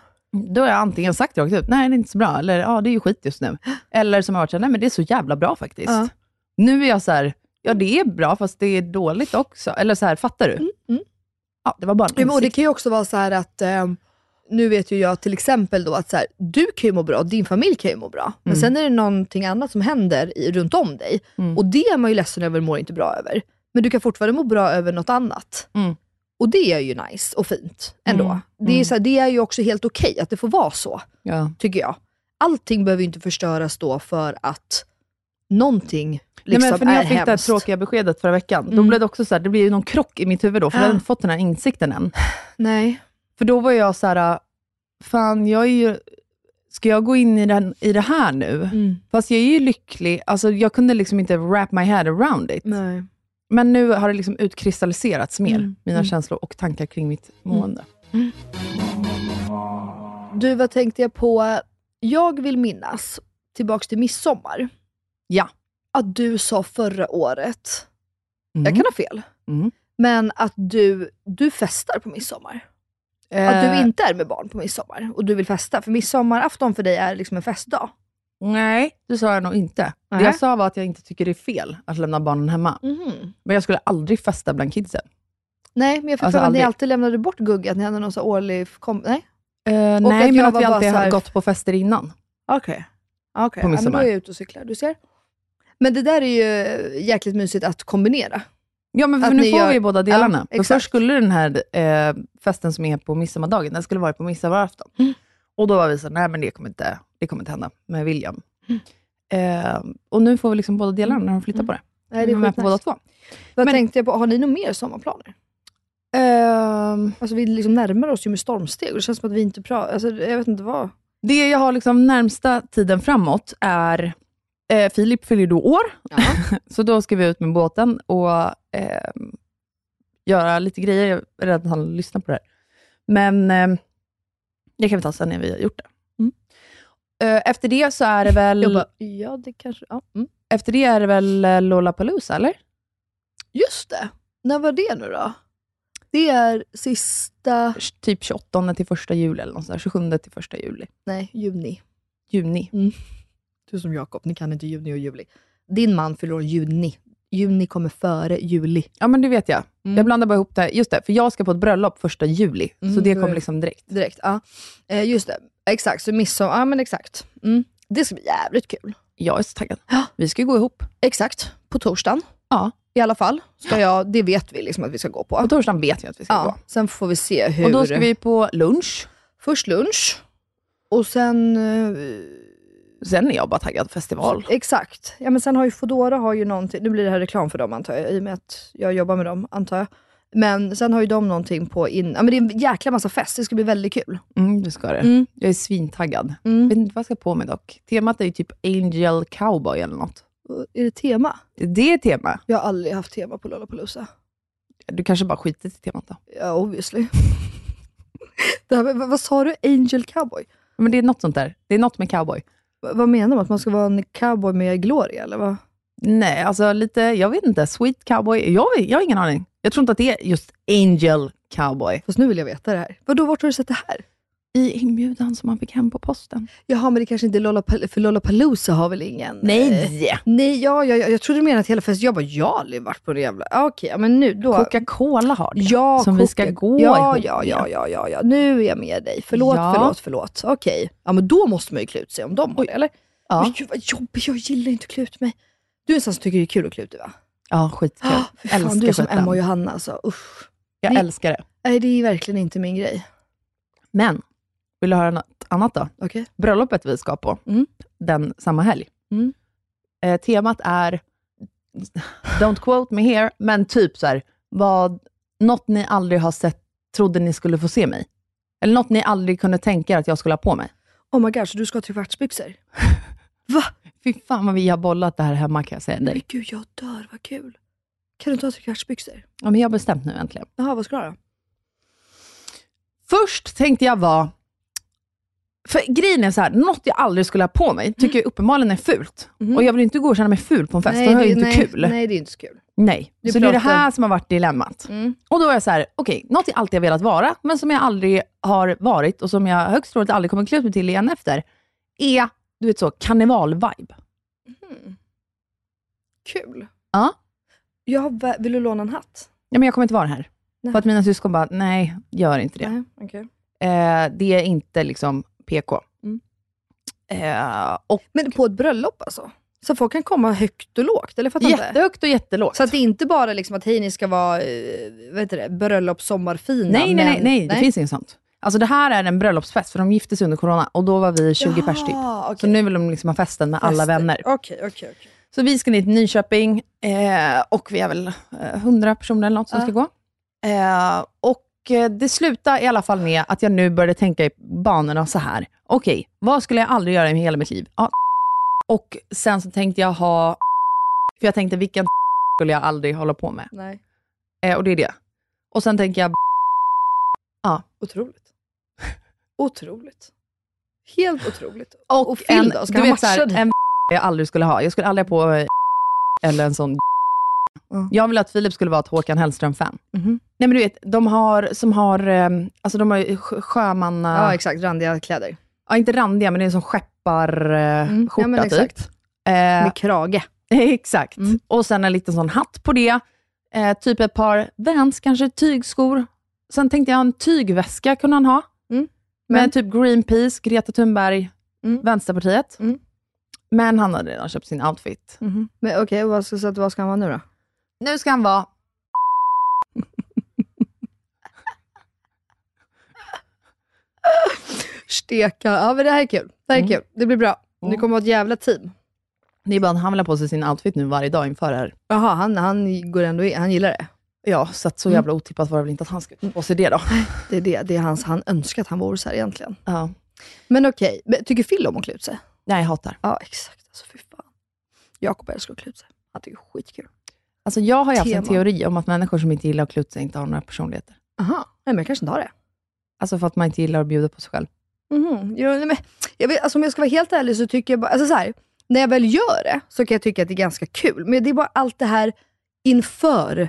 Speaker 1: Då har jag antingen sagt rakt ut, nej det är inte så bra, eller ja det är ju skit just nu. Eller som har varit så här, nej men det är så jävla bra faktiskt.
Speaker 2: Ja.
Speaker 1: Nu är jag så här, ja det är bra fast det är dåligt också. Eller så här, fattar du?
Speaker 2: mm.
Speaker 1: Ja, det var bara en
Speaker 2: Jo, men, och det
Speaker 1: insikt.
Speaker 2: kan ju också vara så här att, ehm, nu vet ju jag till exempel då att så här, du kan ju må bra, din familj kan ju må bra. Men
Speaker 1: Mm.
Speaker 2: sen är det någonting annat som händer i, runt om dig.
Speaker 1: Mm.
Speaker 2: Och det är man ju ledsen över och mår inte bra över. Men du kan fortfarande må bra över något annat.
Speaker 1: Mm.
Speaker 2: Och det är ju nice och fint ändå.
Speaker 1: Mm.
Speaker 2: Det, är
Speaker 1: Mm.
Speaker 2: så här, det är ju också helt okej att det får vara så,
Speaker 1: Ja.
Speaker 2: tycker jag. Allting behöver ju inte förstöras då för att någonting liksom
Speaker 1: Nej, men för när
Speaker 2: är
Speaker 1: jag fick det här
Speaker 2: hemskt.
Speaker 1: tråkiga beskedet förra veckan, då
Speaker 2: Mm.
Speaker 1: blev det också så här, det blev ju någon krock i mitt huvud då, för jag hade
Speaker 2: Ah.
Speaker 1: inte fått den här insikten än.
Speaker 2: Nej.
Speaker 1: För då var jag så här, fan jag är ju, ska jag gå in i, den, i det här nu? Fast jag är ju lycklig, alltså jag kunde liksom inte wrap my head around it.
Speaker 2: Nej.
Speaker 1: Men nu har det liksom utkristalliserats mer,
Speaker 2: Mm.
Speaker 1: mina
Speaker 2: Mm.
Speaker 1: känslor och tankar kring mitt mående.
Speaker 2: Du, vad tänkte jag på? Jag vill minnas, tillbaks till midsommar,
Speaker 1: Ja.
Speaker 2: att du sa förra året,
Speaker 1: Mm.
Speaker 2: jag kan ha fel,
Speaker 1: Mm.
Speaker 2: men att du, du festar på midsommar. Att
Speaker 1: Eh,
Speaker 2: du inte är med barn på midsommar och du vill festa. För midsommarafton för dig är liksom en festdag.
Speaker 1: Nej, det sa jag nog inte.
Speaker 2: Nej.
Speaker 1: Det jag sa var att jag inte tycker det är fel att lämna barnen hemma. Men jag skulle aldrig festa bland kidsen.
Speaker 2: Nej, men jag fick
Speaker 1: Alltså,
Speaker 2: för mig att ni
Speaker 1: aldrig.
Speaker 2: alltid lämnade bort Gugge, att ni hade någon så här årlig... Kom- nej?
Speaker 1: Eh, nej,
Speaker 2: att jag
Speaker 1: men att
Speaker 2: var
Speaker 1: vi
Speaker 2: bara
Speaker 1: alltid
Speaker 2: så här-
Speaker 1: har gått på fester innan.
Speaker 2: Okej. Okay.
Speaker 1: På
Speaker 2: Ja, men då
Speaker 1: midsommar.
Speaker 2: är jag ute och cyklar, du ser. Men det där är ju jäkligt mysigt att kombinera.
Speaker 1: Ja, men
Speaker 2: Att
Speaker 1: för nu
Speaker 2: ni
Speaker 1: får
Speaker 2: gör-
Speaker 1: vi ju båda delarna.
Speaker 2: Ja,
Speaker 1: För
Speaker 2: exakt.
Speaker 1: först skulle den här eh, festen som är på midsommardagen, den skulle vara på midsommarafton. Och då var vi så här, nej men det kommer inte, det kommer inte hända med William. Eh, och nu får vi liksom båda delarna när de flyttar på det.
Speaker 2: Nej, det
Speaker 1: Vi
Speaker 2: är
Speaker 1: var med på båda
Speaker 2: skitnice.
Speaker 1: två.
Speaker 2: Vad
Speaker 1: Men-
Speaker 2: tänkte jag på, har ni några mer sommarplaner?
Speaker 1: Ehm,
Speaker 2: Alltså vi liksom närmar oss ju med stormsteg och det känns som att vi inte pratar, alltså, jag vet inte vad.
Speaker 1: det jag har liksom närmsta tiden framåt är, eh, Filip fyller ju då år, [LAUGHS] så då ska vi ut med båten och eh, göra lite grejer. Jag är rädd att han lyssnar på det här. Men eh, det kan vi ta sen när vi har gjort det. Eh, efter det så är det
Speaker 2: Jag
Speaker 1: väl,
Speaker 2: bara, ja det kanske, ja. Mm.
Speaker 1: efter det är det väl eh, Lollapalooza, eller?
Speaker 2: Just det, när var det nu då? Det är sista,
Speaker 1: Typ 28 till 1 juli eller något sånt där. 27 till 1 juli.
Speaker 2: nej juni.
Speaker 1: Juni.
Speaker 2: Du som Jakob, ni kan inte juni och juli. Din man fyller år i juni. Juni kommer före juli.
Speaker 1: Ja, men det vet jag.
Speaker 2: Mm.
Speaker 1: Jag blandar bara ihop det. här. Just det, för jag ska på ett bröllop 1 juli,
Speaker 2: Mm,
Speaker 1: så det
Speaker 2: då är-
Speaker 1: kom liksom direkt.
Speaker 2: Direkt, ja. Eh, just det, exakt. Så midsommar, ja men exakt. Mm. Det ska bli jävligt kul.
Speaker 1: Jag är så taggad.
Speaker 2: Ja.
Speaker 1: Vi ska ju gå ihop.
Speaker 2: Exakt, på torsdagen.
Speaker 1: Ja.
Speaker 2: I alla fall, ska jag, det vet vi liksom att vi ska gå på.
Speaker 1: På torsdagen vet jag att vi ska
Speaker 2: Ja, sen får vi se
Speaker 1: gå.
Speaker 2: hur...
Speaker 1: Och då ska vi på lunch.
Speaker 2: Först lunch, och sen... eh,
Speaker 1: Sen är jag bara taggad festival.
Speaker 2: Exakt. Ja, men sen har ju Foodora har ju någonting, nu blir det här reklam för dem antar jag, i och med att jag jobbar med dem antar jag. Men sen har ju de någonting på in... Ja, men det är en jäkla massa fest, det ska bli väldigt kul.
Speaker 1: Mm, du ska det.
Speaker 2: Mm.
Speaker 1: Jag är svintaggad.
Speaker 2: Mm.
Speaker 1: Vet inte vad jag ska på mig dock. Temat är ju typ Angel Cowboy eller något.
Speaker 2: Är det tema?
Speaker 1: Det är tema.
Speaker 2: Jag har aldrig haft tema på Lollapalooza.
Speaker 1: Du kanske bara skiter i temat då.
Speaker 2: Ja, obviously. [LAUGHS] det här, vad, vad sa du? Angel cowboy?
Speaker 1: Men det är något sånt där. Det är något med cowboy.
Speaker 2: Va- vad menar man? Att man ska vara en cowboy med gloria, eller vad?
Speaker 1: Nej, alltså lite, jag vet inte. Sweet cowboy. Jag, vet- jag har ingen aning. Jag tror inte att det är just Angel Cowboy.
Speaker 2: Fast nu vill jag veta det här. Vadå, vart har du sett det här?
Speaker 1: I inbjudan som man fick hem på posten.
Speaker 2: Jaha, men det kanske inte är Lollapalooza, för Lollapalooza har väl ingen... eh,
Speaker 1: Nej!
Speaker 2: Nej, ja, ja, ja, jag trodde du menade att hela festen, jag bara, jag har aldrig varit på det jävla... Ja, Okej, ja, men nu då...
Speaker 1: Coca-Cola har det.
Speaker 2: ja,
Speaker 1: som vi ska
Speaker 2: Coca-
Speaker 1: gå
Speaker 2: ja,
Speaker 1: ihop
Speaker 2: ja,
Speaker 1: med.
Speaker 2: ja, ja, ja, ja, nu är jag med dig. Förlåt,
Speaker 1: Ja.
Speaker 2: förlåt, förlåt. Okej. Ja, men då måste man ju kluta sig om de håller, eller?
Speaker 1: Ja.
Speaker 2: Men gud vad jobbigt, jag gillar inte att kluta mig. Du är en sån som tycker det är kul att kluta, va?
Speaker 1: Ja, skitkul.
Speaker 2: Ah, för fan,
Speaker 1: älskar
Speaker 2: du är som
Speaker 1: skiten.
Speaker 2: Emma och Johanna alltså. Usch.
Speaker 1: Jag
Speaker 2: Nej.
Speaker 1: älskar det.
Speaker 2: Nej, det är verkligen inte min grej.
Speaker 1: Men, vill du höra något annat då?
Speaker 2: Okej?
Speaker 1: bröllopet vi ska på,
Speaker 2: Mm.
Speaker 1: den samma helg.
Speaker 2: Mm.
Speaker 1: Eh, temat är, don't quote me here, men typ så här, vad, något ni aldrig har sett, trodde ni skulle få se mig. Eller något ni aldrig kunde tänka er att jag skulle ha på mig.
Speaker 2: Oh my god, så du ska ha
Speaker 1: [LAUGHS]
Speaker 2: trekvartsbyxor? Va?
Speaker 1: Fy fan vad vi har bollat det här hemma kan jag säga dig.
Speaker 2: Gud, jag dör, vad kul. Kan du inte ha trekvartsbyxor?
Speaker 1: Ja, men jag har bestämt nu äntligen.
Speaker 2: Jaha, vad ska du ha då?
Speaker 1: Först tänkte jag vara, för grejen är så här, något jag aldrig skulle ha på
Speaker 2: Mm.
Speaker 1: mig, tycker jag uppenbarligen är fult. Och jag vill inte gå och känna mig ful på en fest, då har jag ju inte
Speaker 2: nej,
Speaker 1: kul.
Speaker 2: Nej, det är inte så kul.
Speaker 1: Nej,
Speaker 2: Vi
Speaker 1: så det är det
Speaker 2: pratar- Mm.
Speaker 1: här som har varit dilemmat. Och då var jag så här, okej, något jag alltid har velat vara, men som jag aldrig har varit och som jag högst troligt aldrig kommer klä ut mig till igen efter, är du vet så, karneval-vibe.
Speaker 2: Kul?
Speaker 1: Ja.
Speaker 2: Jag har, vä- vill du låna en hatt?
Speaker 1: Ja, men jag kommer inte vara här.
Speaker 2: Nej.
Speaker 1: För att mina syskon bara, nej, gör inte det.
Speaker 2: Nej, okej.
Speaker 1: Eh, det är inte liksom PK.
Speaker 2: Mm.
Speaker 1: Eh, och
Speaker 2: Men på ett bröllop alltså? Så folk kan komma högt och lågt, eller fattar inte?
Speaker 1: jättehögt och jättelågt.
Speaker 2: Så att det är inte bara liksom att hej, ni ska vara eh, vad heter det, bröllopssommarfina.
Speaker 1: nej, nej,
Speaker 2: men...
Speaker 1: nej, nej, det finns inget sånt. Alltså det här är en bröllopsfest, för de gifte sig under corona och då var vi 20 pers typ.
Speaker 2: Jaha,
Speaker 1: Så
Speaker 2: okej.
Speaker 1: nu vill de liksom ha festen med alla
Speaker 2: Fester.
Speaker 1: vänner.
Speaker 2: Okej, okej, okej.
Speaker 1: Så vi ska ner till Nyköping eh, och vi är väl eh, 100 personer eller något som
Speaker 2: Ja.
Speaker 1: ska gå. Eh, och eh, det slutade i alla fall med att jag nu började tänka i banorna så här. Okej, vad skulle jag aldrig göra i hela mitt liv? Ja, och sen så tänkte jag ha... För jag tänkte, vilken skulle jag aldrig hålla på med?
Speaker 2: Nej,
Speaker 1: Eh, och det är det. Och sen tänker jag,
Speaker 2: otroligt. otroligt. Helt otroligt.
Speaker 1: Och,
Speaker 2: Och Phil
Speaker 1: en,
Speaker 2: då? Ska
Speaker 1: du
Speaker 2: han
Speaker 1: vet, så här,
Speaker 2: matcha dig?
Speaker 1: en [LAUGHS] jag aldrig skulle ha. Jag skulle aldrig ha på eh, eller en sån
Speaker 2: Ja.
Speaker 1: [LAUGHS] Jag ville att Filip skulle vara ett Håkan Hellström-fan.
Speaker 2: Mhm.
Speaker 1: Nej men du vet, de har, som har, eh, alltså de har ju sjö- sjömanna...
Speaker 2: Ja, exakt. Randiga kläder.
Speaker 1: Ja, inte randiga, men det är en sån skepparskjorta
Speaker 2: Mm, ja,
Speaker 1: skjorta
Speaker 2: men
Speaker 1: typ.
Speaker 2: exakt.
Speaker 1: Eh,
Speaker 2: Med krage.
Speaker 1: [LAUGHS] exakt.
Speaker 2: Mm.
Speaker 1: Och sen en liten sån hatt på det. Eh, typ ett par Vans, kanske tygskor. Sen tänkte jag en tygväska kunde han ha.
Speaker 2: Mm. Men?
Speaker 1: Med typ Greenpeace, Greta Thunberg,
Speaker 2: Mm.
Speaker 1: Vänsterpartiet.
Speaker 2: Mm.
Speaker 1: Men han hade redan köpt sin outfit.
Speaker 2: Men okej, vad, ska- så att, vad ska han vara nu då?
Speaker 1: Mhm. Nu ska han vara...
Speaker 2: Steka. Ja, men det här är kul. Det här är
Speaker 1: Mm.
Speaker 2: kul. Det blir bra.
Speaker 1: Mm.
Speaker 2: Du kommer ha ett jävla team.
Speaker 1: Det är bara att han vill ha på sig sin outfit nu varje dag inför det här.
Speaker 2: Jaha, han, han går ändå in. Han gillar det.
Speaker 1: Ja, så att så
Speaker 2: Mm.
Speaker 1: jävla otippat var det väl inte att han skulle ta på sig det då.
Speaker 2: Det är det, det är hans, han önskar att han vore så här egentligen.
Speaker 1: Ja.
Speaker 2: Men okej, men tycker Phil om att klä ut sig?
Speaker 1: Nej, jag hatar.
Speaker 2: Ja, exakt. Alltså fy fan. Jakob älskar att klä ut sig. Han tycker det är skitkul.
Speaker 1: Alltså jag har ju haft en
Speaker 2: Tema.
Speaker 1: teori om att människor som inte gillar att klä ut sig inte har några personligheter.
Speaker 2: Aha, nej men jag kanske inte har det.
Speaker 1: Alltså för att man inte gillar att bjuda på sig själv.
Speaker 2: Mhm. Jo, nej, men, jag vet, alltså, om jag ska vara helt ärlig så tycker jag bara, alltså, så här, när jag väl gör det så kan jag tycka att det är ganska kul. Men det är bara allt det här inför.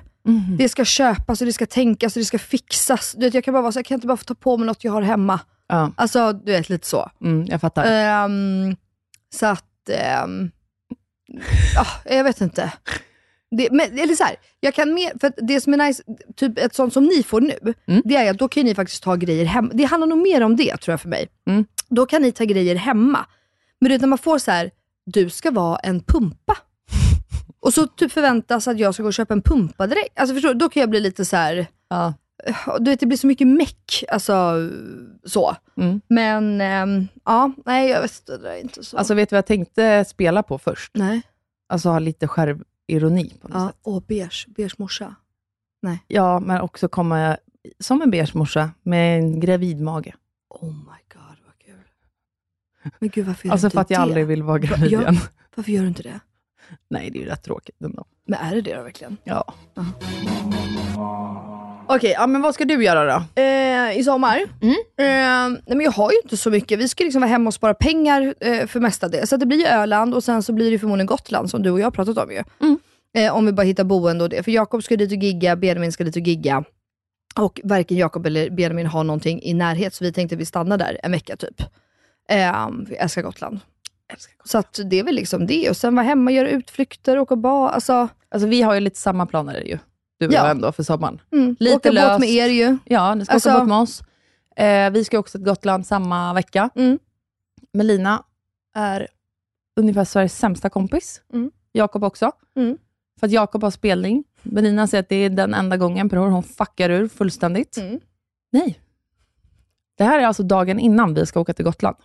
Speaker 2: Det ska köpas och det ska tänkas och det ska fixas. Du vet, jag kan bara vara så här, kan jag inte bara få ta på mig något jag har hemma?
Speaker 1: Ja,
Speaker 2: Alltså, du vet lite så.
Speaker 1: mm, jag fattar.
Speaker 2: Ehm, så att, ehm, ja, jag vet inte. Det, men, eller så här, jag kan mer, för att det som är nice, typ ett sånt som ni får nu,
Speaker 1: Mm.
Speaker 2: det är att då kan ju ni faktiskt ta grejer hemma. Det handlar nog mer om det tror jag för mig.
Speaker 1: Mm.
Speaker 2: Då kan ni ta grejer hemma. Men du vet när man får så här, du ska vara en
Speaker 1: [LAUGHS]
Speaker 2: pumpa. Och så typ förväntas att jag ska gå och köpa en pumpadräkt. Alltså förstår du, då kan jag bli lite så här,
Speaker 1: ja.
Speaker 2: du vet det blir så mycket meck. Alltså så.
Speaker 1: Mm.
Speaker 2: Men ehm, ja, nej jag vet det där är inte så.
Speaker 1: Alltså vet du vad jag tänkte spela på först?
Speaker 2: nej.
Speaker 1: Alltså ha lite självironi på något
Speaker 2: Ja,
Speaker 1: sätt.
Speaker 2: åh, beige, beige morsa.
Speaker 1: Ja, men också komma som en beige morsa med en gravid mage.
Speaker 2: Oh my god vad kul. Men gud varför gör
Speaker 1: Alltså
Speaker 2: du
Speaker 1: för att
Speaker 2: inte
Speaker 1: jag
Speaker 2: det?
Speaker 1: aldrig vill vara gravid
Speaker 2: Ja.
Speaker 1: igen. [LAUGHS]
Speaker 2: Varför gör du inte det?
Speaker 1: Nej, det är ju rätt tråkigt ändå.
Speaker 2: Men är det det då verkligen?
Speaker 1: Ja. Okej, ja, men vad ska du göra då?
Speaker 2: Eh, I sommar? Eh, nej men jag har ju inte så mycket. Vi ska liksom vara hemma och spara pengar eh, för mestadels. Så att det blir ju Öland och sen så blir det förmodligen Gotland som du och jag har pratat om ju. Eh, om vi bara hittar boende och det. För Jakob ska dit och gigga, Benjamin ska dit och gigga. Och varken Jakob eller Benjamin har någonting i närhet, så vi tänkte att vi stannar där en vecka typ. Eh, vi älskar Gotland. Så att det är väl liksom det. Och sen vara hemma, göra utflykter, åka och bada. Alltså,
Speaker 1: Alltså, vi har ju lite samma planer ju, du och
Speaker 2: Ja.
Speaker 1: jag ändå, för sommaren.
Speaker 2: mm,
Speaker 1: Lite
Speaker 2: åka båt
Speaker 1: löst.
Speaker 2: med er ju.
Speaker 1: Ja, ni ska
Speaker 2: Alltså-
Speaker 1: åka bort med oss. Eh, vi ska också till Gotland samma vecka.
Speaker 2: Mm.
Speaker 1: Melina är ungefär Sveriges sämsta kompis.
Speaker 2: Mm.
Speaker 1: Jakob också.
Speaker 2: Mm.
Speaker 1: För att Jakob har spelning. Melina säger att det är den enda gången per år hon fuckar ur fullständigt.
Speaker 2: Mm.
Speaker 1: Nej. Det här är alltså dagen innan vi ska åka till Gotland.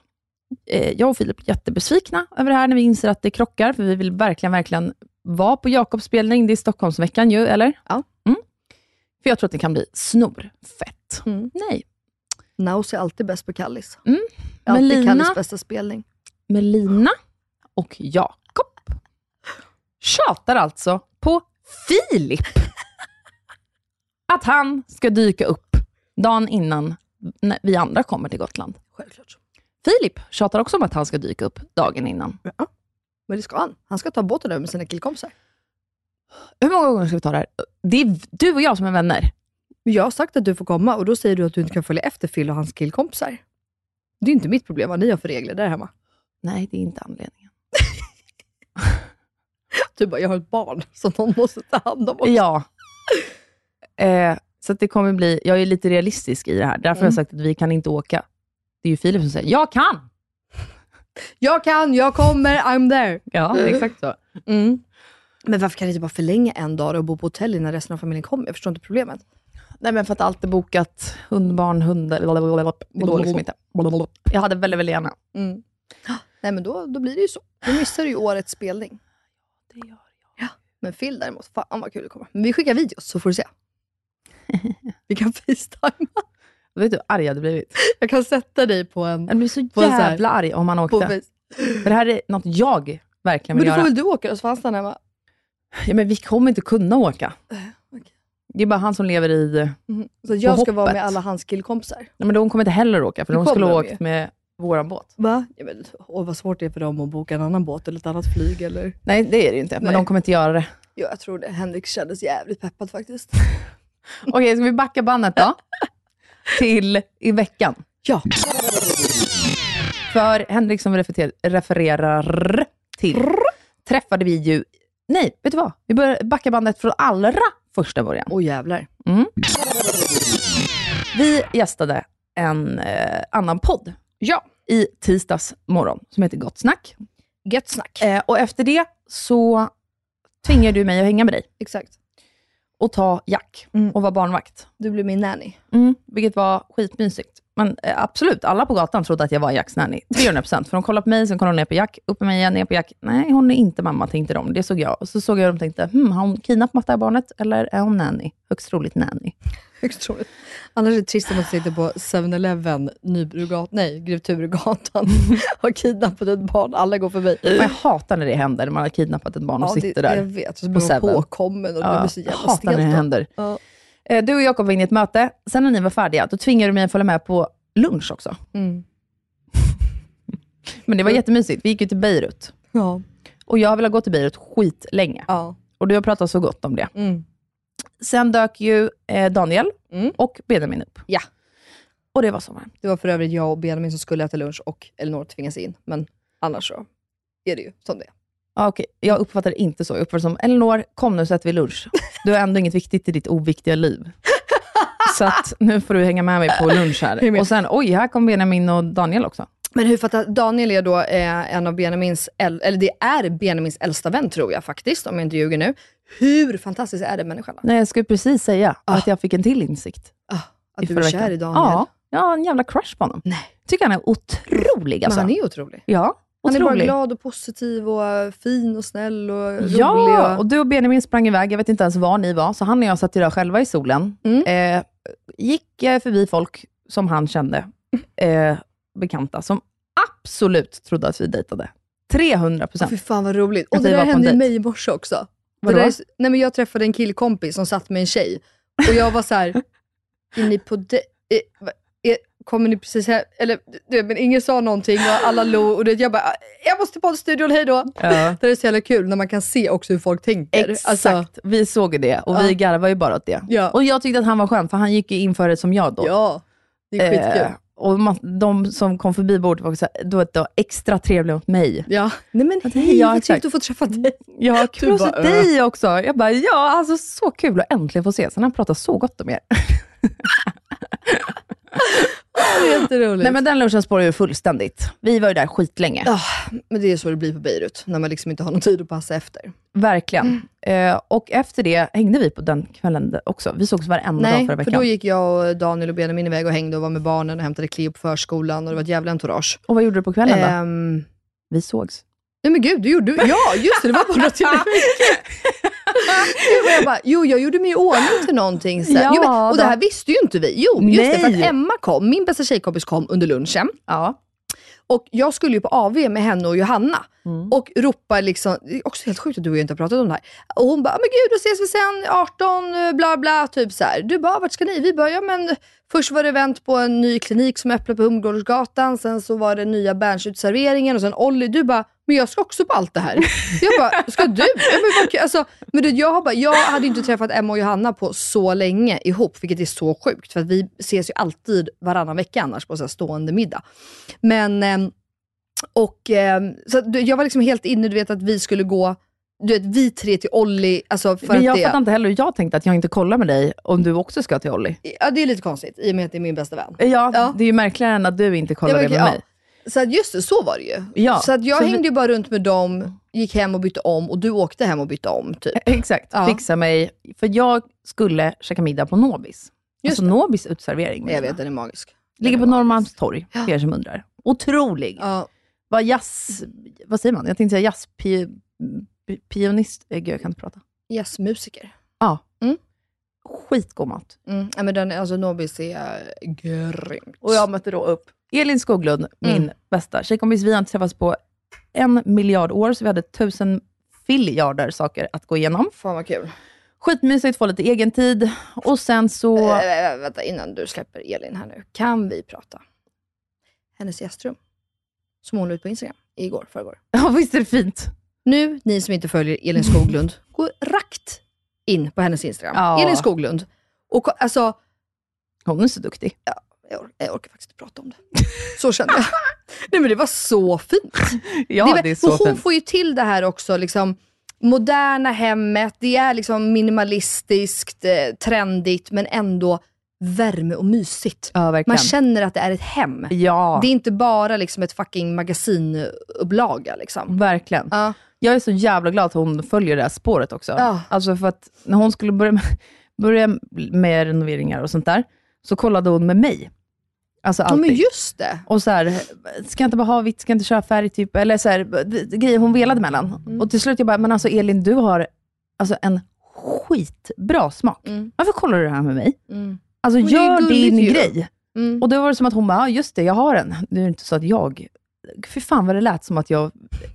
Speaker 1: Eh, jag och Filip är jättebesvikna över det här när vi inser att det krockar, för vi vill verkligen, verkligen vara på Jakobs spelning. Det är Stockholmsveckan ju, eller?
Speaker 2: Ja.
Speaker 1: Mm. För jag tror att det kan bli snorfett.
Speaker 2: Mm.
Speaker 1: Nej.
Speaker 2: Naus är alltid bäst på Kallis.
Speaker 1: Mm.
Speaker 2: Alltid
Speaker 1: Melina-
Speaker 2: Kallis bästa spelning.
Speaker 1: Melina och Jakob tjatar alltså på [LAUGHS] Filip att han ska dyka upp dagen innan när vi andra kommer till Gotland.
Speaker 2: Självklart.
Speaker 1: Filip tjatar också om att han ska dyka upp dagen innan.
Speaker 2: Men det ska han. Han ska ta båten över med sina killkompisar.
Speaker 1: Hur många gånger ska vi ta det här? Det är du och jag som är vänner.
Speaker 2: Men jag har sagt att du får komma och då säger du att du inte kan följa efter Phil och hans killkompisar. Det är inte mitt problem vad ni har för regler där hemma.
Speaker 1: Nej, det är inte anledningen.
Speaker 2: Du bara, jag har ett barn som någon måste ta hand om. också.
Speaker 1: Ja. [LAUGHS] Eh, så att det kommer bli, jag är lite realistisk i det här. Därför har jag sagt att vi kan inte åka. Det är ju Filip som säger, jag kan!
Speaker 2: Jag kan, jag kommer, I'm there.
Speaker 1: Ja, exakt så.
Speaker 2: Men varför kan ni inte bara förlänga en dag och bo på hotell innan resten av familjen kommer? Jag förstår inte problemet.
Speaker 1: Nej, men för att allt är bokat. Hund, barn, hundar. blablabla. Det går liksom inte. Jag hade väldigt, väldigt gärna.
Speaker 2: Nej men då, då blir det ju så. Då missar du ju årets spelning. Men Phil däremot, fan vad kul det kommer. Men vi skickar videos så får [LAUGHS] du se. Vi kan facetima.
Speaker 1: Vet du hur arg jag hade blivit?
Speaker 2: Jag kan sätta dig på en...
Speaker 1: Jag blir så
Speaker 2: På så här-
Speaker 1: jävla arg om han
Speaker 2: På
Speaker 1: åkte.
Speaker 2: face.
Speaker 1: För det här är något jag verkligen
Speaker 2: Men
Speaker 1: vill
Speaker 2: då får
Speaker 1: göra.
Speaker 2: väl du åka då, så får han stanna hemma.
Speaker 1: Ja, men vi kommer inte kunna åka.
Speaker 2: okej.
Speaker 1: Det är bara han som lever i...
Speaker 2: Så att jag
Speaker 1: På
Speaker 2: ska vara
Speaker 1: hoppet.
Speaker 2: med alla hans killkompisar.
Speaker 1: Nej, men de kommer inte heller åka, för
Speaker 2: Det
Speaker 1: de skulle ha
Speaker 2: kommer de
Speaker 1: åkt med våran båt.
Speaker 2: Va? Ja, men, åh, vad svårt det är för dem att boka en annan båt eller ett annat flyg. Eller?
Speaker 1: Nej, det är det ju inte. Men
Speaker 2: Nej.
Speaker 1: de kommer inte göra det.
Speaker 2: Jo, jag tror det. Henrik kändes jävligt peppad faktiskt.
Speaker 1: Okej, ska vi backa bandet [LAUGHS] då? Till i veckan.
Speaker 2: [LAUGHS] Ja.
Speaker 1: För Henrik som referer- refererar till träffade vi ju... Nej, vet du vad? Vi börjar backa bandet från allra första början.
Speaker 2: Åh jävlar.
Speaker 1: Vi gästade en eh, annan podd
Speaker 2: Ja.
Speaker 1: i tisdags morgon som heter Gott Snack.
Speaker 2: Gött snack.
Speaker 1: Eh, och efter det så tvingar du mig att hänga med dig
Speaker 2: Exakt.
Speaker 1: och ta Jack
Speaker 2: Mm.
Speaker 1: och vara barnvakt.
Speaker 2: Du blir min nanny.
Speaker 1: Mm, vilket var skitmysigt. Men eh, absolut, alla på gatan trodde att jag var Jacks nanny. 300%. För de kollade på mig, sen kollade de ner på Jack, upp med mig igen, ner på Jack. Nej, hon är inte mamma, tänkte de. Det såg jag. Och så såg jag dem och tänkte, hmm, har hon kidnappat det här barnet eller är hon nanny? Högst troligt nanny.
Speaker 2: Högst troligt. Annars är det trist om man sitter på 7-Eleven, Nybrogatan, nej, Grev
Speaker 1: [LAUGHS]
Speaker 2: Turegatan och kidnappat ett barn. Alla går förbi.
Speaker 1: Och jag hatar när det händer, när man har kidnappat ett barn och
Speaker 2: Uh. Ja, det,
Speaker 1: sitter där.
Speaker 2: Jag vet, och så
Speaker 1: på
Speaker 2: blir man
Speaker 1: Seven.
Speaker 2: påkommen och det blir så
Speaker 1: jag
Speaker 2: jävla
Speaker 1: hatar när det
Speaker 2: stelt.
Speaker 1: händer.
Speaker 2: Ja.
Speaker 1: Eh, Du och Jakob var inne i ett möte. Sen när ni var färdiga, då tvingade du mig att följa med på lunch också.
Speaker 2: Mm.
Speaker 1: Men det var jättemysigt. Vi gick ju till Beirut.
Speaker 2: Ja.
Speaker 1: Och jag har velat gå till Beirut skitlänge.
Speaker 2: Ja.
Speaker 1: Och du har pratat så gott om det.
Speaker 2: Mm.
Speaker 1: Sen dök ju eh, Daniel
Speaker 2: Mm.
Speaker 1: och Benjamin upp.
Speaker 2: Ja.
Speaker 1: Och det var sommaren.
Speaker 2: Det var för övrigt jag och Benjamin som skulle äta lunch och Elinor tvingas in, men annars så är det ju som det är.
Speaker 1: Ah, okej. Jag uppfattar det inte så. Jag uppfattar det som, Elinor, kom nu så äter vi lunch. Du har ändå inget viktigt i ditt oviktiga [LAUGHS] liv. Så att nu får du hänga med mig på lunch
Speaker 2: är
Speaker 1: här.
Speaker 2: med.
Speaker 1: Och sen, oj, här kom Benjamin och Daniel också.
Speaker 2: Men hur fattar Daniel är då eh, en av Benjamins, äl- eller det är Benjamins äldsta vän tror jag faktiskt, om jag inte ljuger nu. Hur fantastisk är den människan?
Speaker 1: Nej, jag skulle precis säga att jag fick en till insikt.
Speaker 2: Ah, Att du
Speaker 1: förra
Speaker 2: är
Speaker 1: veckan.
Speaker 2: kär i Daniel.
Speaker 1: Ja, jag har en jävla crush på honom.
Speaker 2: Nej.
Speaker 1: Tycker han är otrolig
Speaker 2: Men
Speaker 1: alltså.
Speaker 2: han är otrolig.
Speaker 1: ja,
Speaker 2: Han är
Speaker 1: otrolig.
Speaker 2: bara glad och positiv och eh, fin och snäll och rolig.
Speaker 1: Ja,
Speaker 2: och...
Speaker 1: och du och Benjamin sprang iväg. Jag vet inte ens var ni var, så han och jag satt ju där själva i solen.
Speaker 2: Mm.
Speaker 1: Eh, gick eh, förbi folk som han kände, eh, bekanta, som absolut trodde att vi dejtade. 300
Speaker 2: Ja,
Speaker 1: procent.
Speaker 2: Fy fan vad roligt. Och
Speaker 1: Att
Speaker 2: det
Speaker 1: vi var
Speaker 2: där
Speaker 1: på en
Speaker 2: hände ju
Speaker 1: dejt.
Speaker 2: mig i morse också. Det
Speaker 1: Vadå?
Speaker 2: där, är så- nej men jag träffade en killkompis som satt med en tjej och jag var så
Speaker 1: [LAUGHS]
Speaker 2: här, är ni på de- är, va- är, Kommer ni precis här? Eller, du, vet, men ingen sa någonting och alla log och det, jag bara, "Eh, jag måste på studion, hej då.
Speaker 1: Ja.
Speaker 2: [LAUGHS] Det är så jävla kul när man kan se också hur folk tänker.
Speaker 1: Exakt.
Speaker 2: Alltså,
Speaker 1: vi såg ju det och vi
Speaker 2: Ja.
Speaker 1: garvade ju bara åt det.
Speaker 2: Ja.
Speaker 1: Och jag tyckte att han var skön, för han gick ju inför det som jag då.
Speaker 2: ja, det är skitkul.
Speaker 1: Eh, och man, de som kom förbi bordet var också så här, du vet, då, extra trevliga mot mig.
Speaker 2: Ja. Nej men
Speaker 1: Att
Speaker 2: hej,
Speaker 1: hej, ja,
Speaker 2: vad
Speaker 1: exakt.
Speaker 2: trevligt att få träffa dig.
Speaker 1: Ja, kul
Speaker 2: Du
Speaker 1: att se
Speaker 2: bara, "Äh."
Speaker 1: dig också. Jag bara, ja, alltså så kul att äntligen få ses. Han pratar så gott om er.
Speaker 2: [LAUGHS] Det är jätteroligt.
Speaker 1: Nej, men den lunchen spårade ju fullständigt. Vi var ju där skitlänge.
Speaker 2: Ja, Ah, men det är så det blir på Beirut, när man liksom inte har någon tid att passa efter.
Speaker 1: Verkligen.
Speaker 2: Mm.
Speaker 1: Eh, och efter det hängde vi på den kvällen också. Vi sågs varenda dag
Speaker 2: Nej,
Speaker 1: förra
Speaker 2: för
Speaker 1: veckan.
Speaker 2: då gick jag och Daniel och Benjamin iväg och hängde och var med barnen och hämtade Cleo på förskolan och det var ett jävla entourage.
Speaker 1: Och vad gjorde du på kvällen då?
Speaker 2: Ehm, [LAUGHS]
Speaker 1: Vi sågs.
Speaker 2: nej men gud, du gjorde... Ja, just det, det var bara
Speaker 1: [LAUGHS]
Speaker 2: till Gud, och jag bara, jo, jag gjorde mig i ordning till någonting sen.
Speaker 1: Ja,
Speaker 2: jo, men, och det
Speaker 1: då.
Speaker 2: här visste ju inte vi. Jo, just det, för att
Speaker 1: Nej.
Speaker 2: Emma kom, min bästa tjejkompis kom under lunchen.
Speaker 1: Ja.
Speaker 2: Och jag skulle ju på AV med henne och Johanna. Och ropar liksom, det är också helt sjukt att du och jag inte har pratat om det här. Och hon bara, men gud då ses vi sen 18, bla bla, typ så här. Du bara, vart ska ni? Vi bara, ja men först var det event på en ny klinik som öppnade på Humlegårdsgatan, sen så var det nya Bernsutserveringen och sen Olli, du bara, men jag ska också på allt det här. Jag bara, [LAUGHS] ska du? Ja, men, vad kul." alltså, men du, jag, har bara, jag hade ju inte träffat Emma och Johanna på så länge ihop, vilket är så sjukt. För att vi ses ju alltid varannan vecka annars på så här stående middag. Men, ehm, och, ehm, så att du- jag var liksom helt inne, du vet att vi skulle gå, du vet vi tre till Olli, alltså för
Speaker 1: Men jag
Speaker 2: att det,
Speaker 1: fattar inte heller hur jag tänkte att jag inte kollar med dig om du också ska till Olli. Eh,
Speaker 2: ja, det är lite konstigt i och med att det är min bästa vän.
Speaker 1: Ja,
Speaker 2: Ja.
Speaker 1: det är ju märkligare än att du inte
Speaker 2: Ja,
Speaker 1: kollade
Speaker 2: men
Speaker 1: med
Speaker 2: okej,
Speaker 1: mig.
Speaker 2: ja. Så att just det, så var det ju.
Speaker 1: Ja,
Speaker 2: så att jag
Speaker 1: så vi-
Speaker 2: hängde ju bara runt med dem, gick hem och bytte om och du åkte hem och bytte om typ.
Speaker 1: Exakt,
Speaker 2: Ja.
Speaker 1: fixa mig. För jag skulle käka middag på Nobis.
Speaker 2: Just
Speaker 1: alltså Nobis utservering.
Speaker 2: Jag
Speaker 1: menar
Speaker 2: vet, den är magisk.
Speaker 1: Ligger på
Speaker 2: Den är
Speaker 1: Norrmalmstorg, för er som undrar. Otrolig.
Speaker 2: Ja,
Speaker 1: Var jazz... Vad säger man? Jag tänkte säga jazzpionist. Eh, Gud, jag kan inte prata.
Speaker 2: jazzmusiker.
Speaker 1: Ja.
Speaker 2: Mm.
Speaker 1: Skitgod mat.
Speaker 2: Mm. Ja, men den, alltså Nobis är äh, grymt.
Speaker 1: Och jag mötte då upp Elin Skoglund, min
Speaker 2: Mm.
Speaker 1: bästa tjejkompis. Vi har inte träffats på en miljard år, så vi hade tusen filjarder saker att gå igenom.
Speaker 2: Fan vad kul.
Speaker 1: Skitmysigt, få lite egen tid. Och sen så...
Speaker 2: Eh. Äh, vänta, innan du släpper Elin här nu. Kan vi prata? Hennes gästrum. som hon la ut på Instagram igår, förrgår.
Speaker 1: Ja, visst är det fint?
Speaker 2: Nu, ni som inte följer Elin
Speaker 1: [LAUGHS]
Speaker 2: Skoglund, gå rakt in på hennes Instagram.
Speaker 1: Ja.
Speaker 2: Elin Skoglund. Och ko- alltså,
Speaker 1: Hon är så duktig.
Speaker 2: jag, or- jag orkar faktiskt inte prata om det. Så kände
Speaker 1: [LAUGHS]
Speaker 2: jag. Nej men det var så fint.
Speaker 1: Ja,
Speaker 2: Det
Speaker 1: det
Speaker 2: är
Speaker 1: är,
Speaker 2: väl-
Speaker 1: så
Speaker 2: och hon
Speaker 1: fint.
Speaker 2: får ju till det här också, liksom, moderna hemmet, det är liksom minimalistiskt, eh, trendigt, men ändå värme och mysigt.
Speaker 1: Ja, verkligen.
Speaker 2: Man känner att det är ett hem.
Speaker 1: ja,
Speaker 2: Det är inte bara liksom ett fucking magasinupplaga. Liksom.
Speaker 1: verkligen.
Speaker 2: Ja.
Speaker 1: Jag är så jävla glad att hon följer det här spåret också.
Speaker 2: Ja.
Speaker 1: Alltså för att när hon skulle börja med, [LAUGHS] börja med renoveringar och sånt där, så kollade hon med mig. Alltså
Speaker 2: Ja,
Speaker 1: alltid.
Speaker 2: men just det.
Speaker 1: Och så här, ska jag inte bara ha vitt, ska jag inte köra färg typ? Eller så här, d- d- grejer hon velade mellan.
Speaker 2: Mm.
Speaker 1: Och till slut jag bara, men alltså Elin, du har alltså en skitbra smak. Varför kollar du det här med mig? Alltså
Speaker 2: Mm. Men det är
Speaker 1: gör
Speaker 2: gulligt
Speaker 1: din
Speaker 2: ju.
Speaker 1: grej.
Speaker 2: Mm.
Speaker 1: Och då var det som att hon bara, ja just det, jag har en. Det är inte så att jag, fy fan vad det lät som att jag,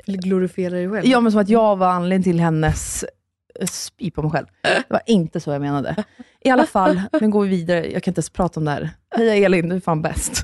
Speaker 2: Eller glorifiera dig själv.
Speaker 1: ja, men som att jag var anledningen till hennes eh, spy på mig själv. Det var inte så jag menade. I alla fall, nu går vi vidare. Jag kan inte ens prata om det här. Heja Elin, du är fan bäst.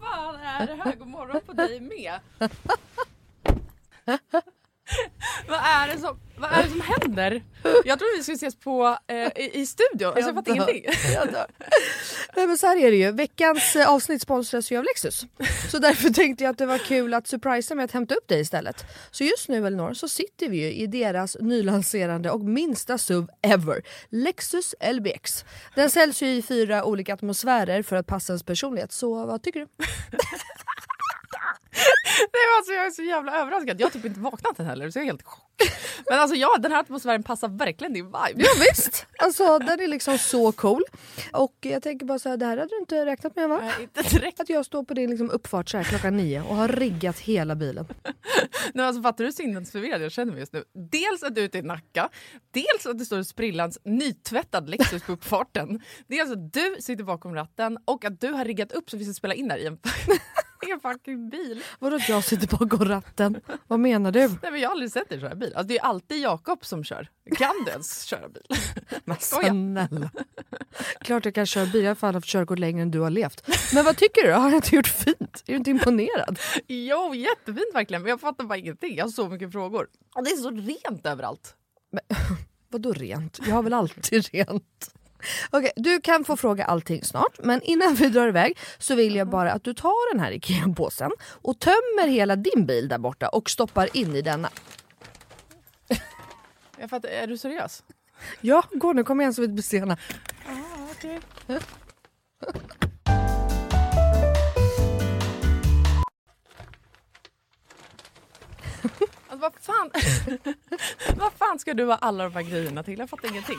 Speaker 1: fan är det här? God morgon på dig med. vad, är det som, vad är det som händer? Jag trodde vi skulle ses på, eh, i, i studio, alltså, jag fattar ingenting.
Speaker 2: [LAUGHS] Jag dör. Nej men så här är det ju, veckans eh, avsnitt sponsras ju av Lexus. Så därför tänkte jag att det var kul att surprisa med att hämta upp dig istället. Så just nu Elinor så sitter vi ju i deras nylanserande och minsta SUV ever, Lexus LBX. Den säljs ju i fyra olika atmosfärer för att passa ens personlighet, så vad tycker du?
Speaker 1: Nej, men alltså, jag är så jävla överraskad. Jag har typ inte vaknat än heller så jag är helt i chock. Men alltså ja, den här atmosfären passar verkligen din vibe.
Speaker 2: Ja, visst, alltså den är liksom så cool. Och jag tänker bara så här, det här hade du inte räknat med va?
Speaker 1: Nej, inte direkt.
Speaker 2: Att jag står på din liksom uppfart så här klockan nio och har riggat hela bilen.
Speaker 1: Nej, alltså, fattar du hur sinnesförvirrad jag känner mig just nu? Dels att du är ute i Nacka, dels att det står en sprillans nytvättad Lexus på uppfarten. Dels att du sitter bakom ratten och att du har riggat upp så vi ska spela in där i en, [LAUGHS] i en fucking bil.
Speaker 2: Vadå att jag sitter bakom ratten? Vad menar du?
Speaker 1: Nej, men jag har aldrig sett dig köra bil. Alltså, det är alltid Jakob som kör. Kan du ens köra bil? [LAUGHS] Skoja.
Speaker 2: Snälla. Klart jag kan köra bil, jag har fan haft körkort längre än du har levt. Men vad tycker du? Har jag inte gjort fint? Är du inte imponerad?
Speaker 1: Jo, jättefint verkligen. Men jag fattar bara ingenting. Jag har så mycket frågor. Och det är så rent överallt. [LAUGHS]
Speaker 2: Vadå rent? Jag har väl alltid rent? Okej, du kan få fråga allting snart, men innan vi drar iväg så vill jag bara att du tar den här IKEA-påsen och tömmer hela din bil där borta och stoppar in i denna.
Speaker 1: Jag fattar, är du seriös?
Speaker 2: Ja, gå nu, kom igen så vi inte blir sena.
Speaker 1: Alltså, vad, fan... [LAUGHS] vad fan ska du ha alla de här grejerna till? Jag fattar ingenting.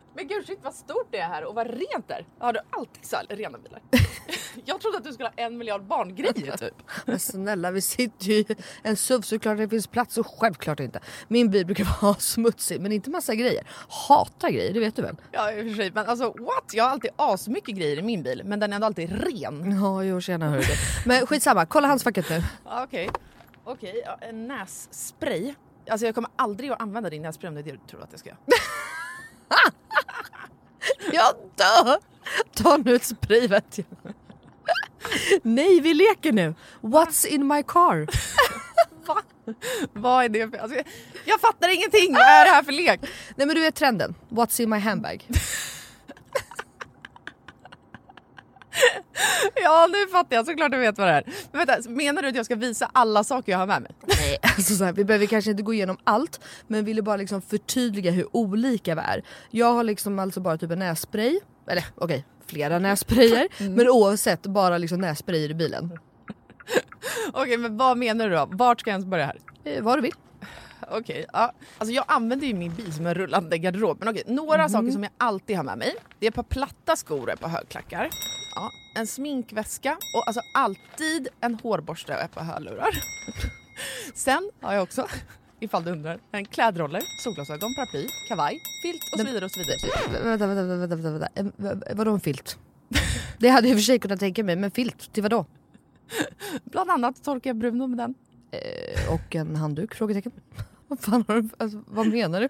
Speaker 1: Men gud shit vad stort det är här och vad rent det är. Har du alltid så här
Speaker 2: [LAUGHS]
Speaker 1: rena bilar? jag trodde att du skulle ha en miljard barngrejer typ.
Speaker 2: Men snälla vi sitter ju i en SUV så klart det finns plats och självklart inte. Min bil brukar [LAUGHS] vara smutsig men inte massa grejer. Hatar grejer, det vet du väl?
Speaker 1: Ja i och för sig men alltså what? Jag har alltid asmycket grejer i min bil men den är ändå alltid ren.
Speaker 2: Ja jo tjena hörru du. Men skitsamma, kolla handskfacket nu.
Speaker 1: Ja, Okej, okej ja, en nässpray. Alltså jag kommer aldrig att använda din nässpray om det är det du tror att jag ska göra. [LAUGHS]
Speaker 2: Jag dör! Ta nu ett spray vet jag. Nej vi leker nu! What's in my [LAUGHS] car?
Speaker 1: Va? Vad är det för... Alltså, jag, jag fattar ingenting! Vad är det här för lek?
Speaker 2: Nej men du vet trenden, what's in my handbag?
Speaker 1: Ja, nu fattar jag. Såklart du vet vad det är. Men vänta, menar du att jag ska visa alla saker jag har med mig?
Speaker 2: Nej, alltså så här, vi behöver kanske inte gå igenom allt men ville bara liksom förtydliga hur olika vi är. Jag har liksom alltså bara typ en nässpray, eller okej flera nässprayer men oavsett bara liksom nässprayer i bilen.
Speaker 1: Okej, men vad menar du då? Vart ska jag ens börja här?
Speaker 2: Eh, vad du vill.
Speaker 1: Okej, ja. Alltså jag använder ju min bil som en rullande garderob. Men okej, några saker som jag alltid har med mig. Det är ett par platta skor och ett par högklackar. Ja, en sminkväska och alltså alltid en hårborste och ett par hörlurar. [LAUGHS] Sen har jag också, ifall du undrar, en klädroller, solglasögon, paraply, kavaj, filt och så vidare och så vidare.
Speaker 2: Vänta, vänta, vänta, vänta, vänta. Eh, v- vadå en filt? Det hade jag i och för sig kunnat tänka mig men filt till vadå?
Speaker 1: Bland annat torkar jag Bruno med den. [LAUGHS]
Speaker 2: Eh, och en handduk? Frågetecken. [LAUGHS] Vad fan har du, alltså, vad menar du?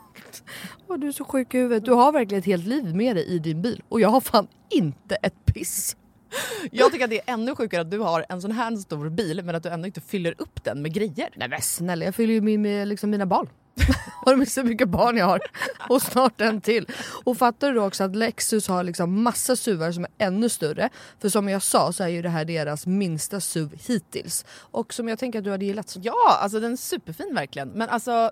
Speaker 2: åh, du är så sjuk i huvudet. Du har verkligen ett helt liv med dig i din bil och jag har fan inte ett piss.
Speaker 1: Jag tycker att det är ännu sjukare att du har en sån här stor bil men att du ändå inte fyller upp den med grejer.
Speaker 2: Nej men snälla, jag fyller ju min, med liksom mina barn. [LAUGHS] Har de så mycket barn jag har? [LAUGHS] Och snart en till. Och fattar du då också att Lexus har liksom massa suvar som är ännu större. För som jag sa så är ju det här deras minsta suv hittills. Och som jag tänker att du hade gillat.
Speaker 1: Ja, alltså den är superfin verkligen. Men alltså,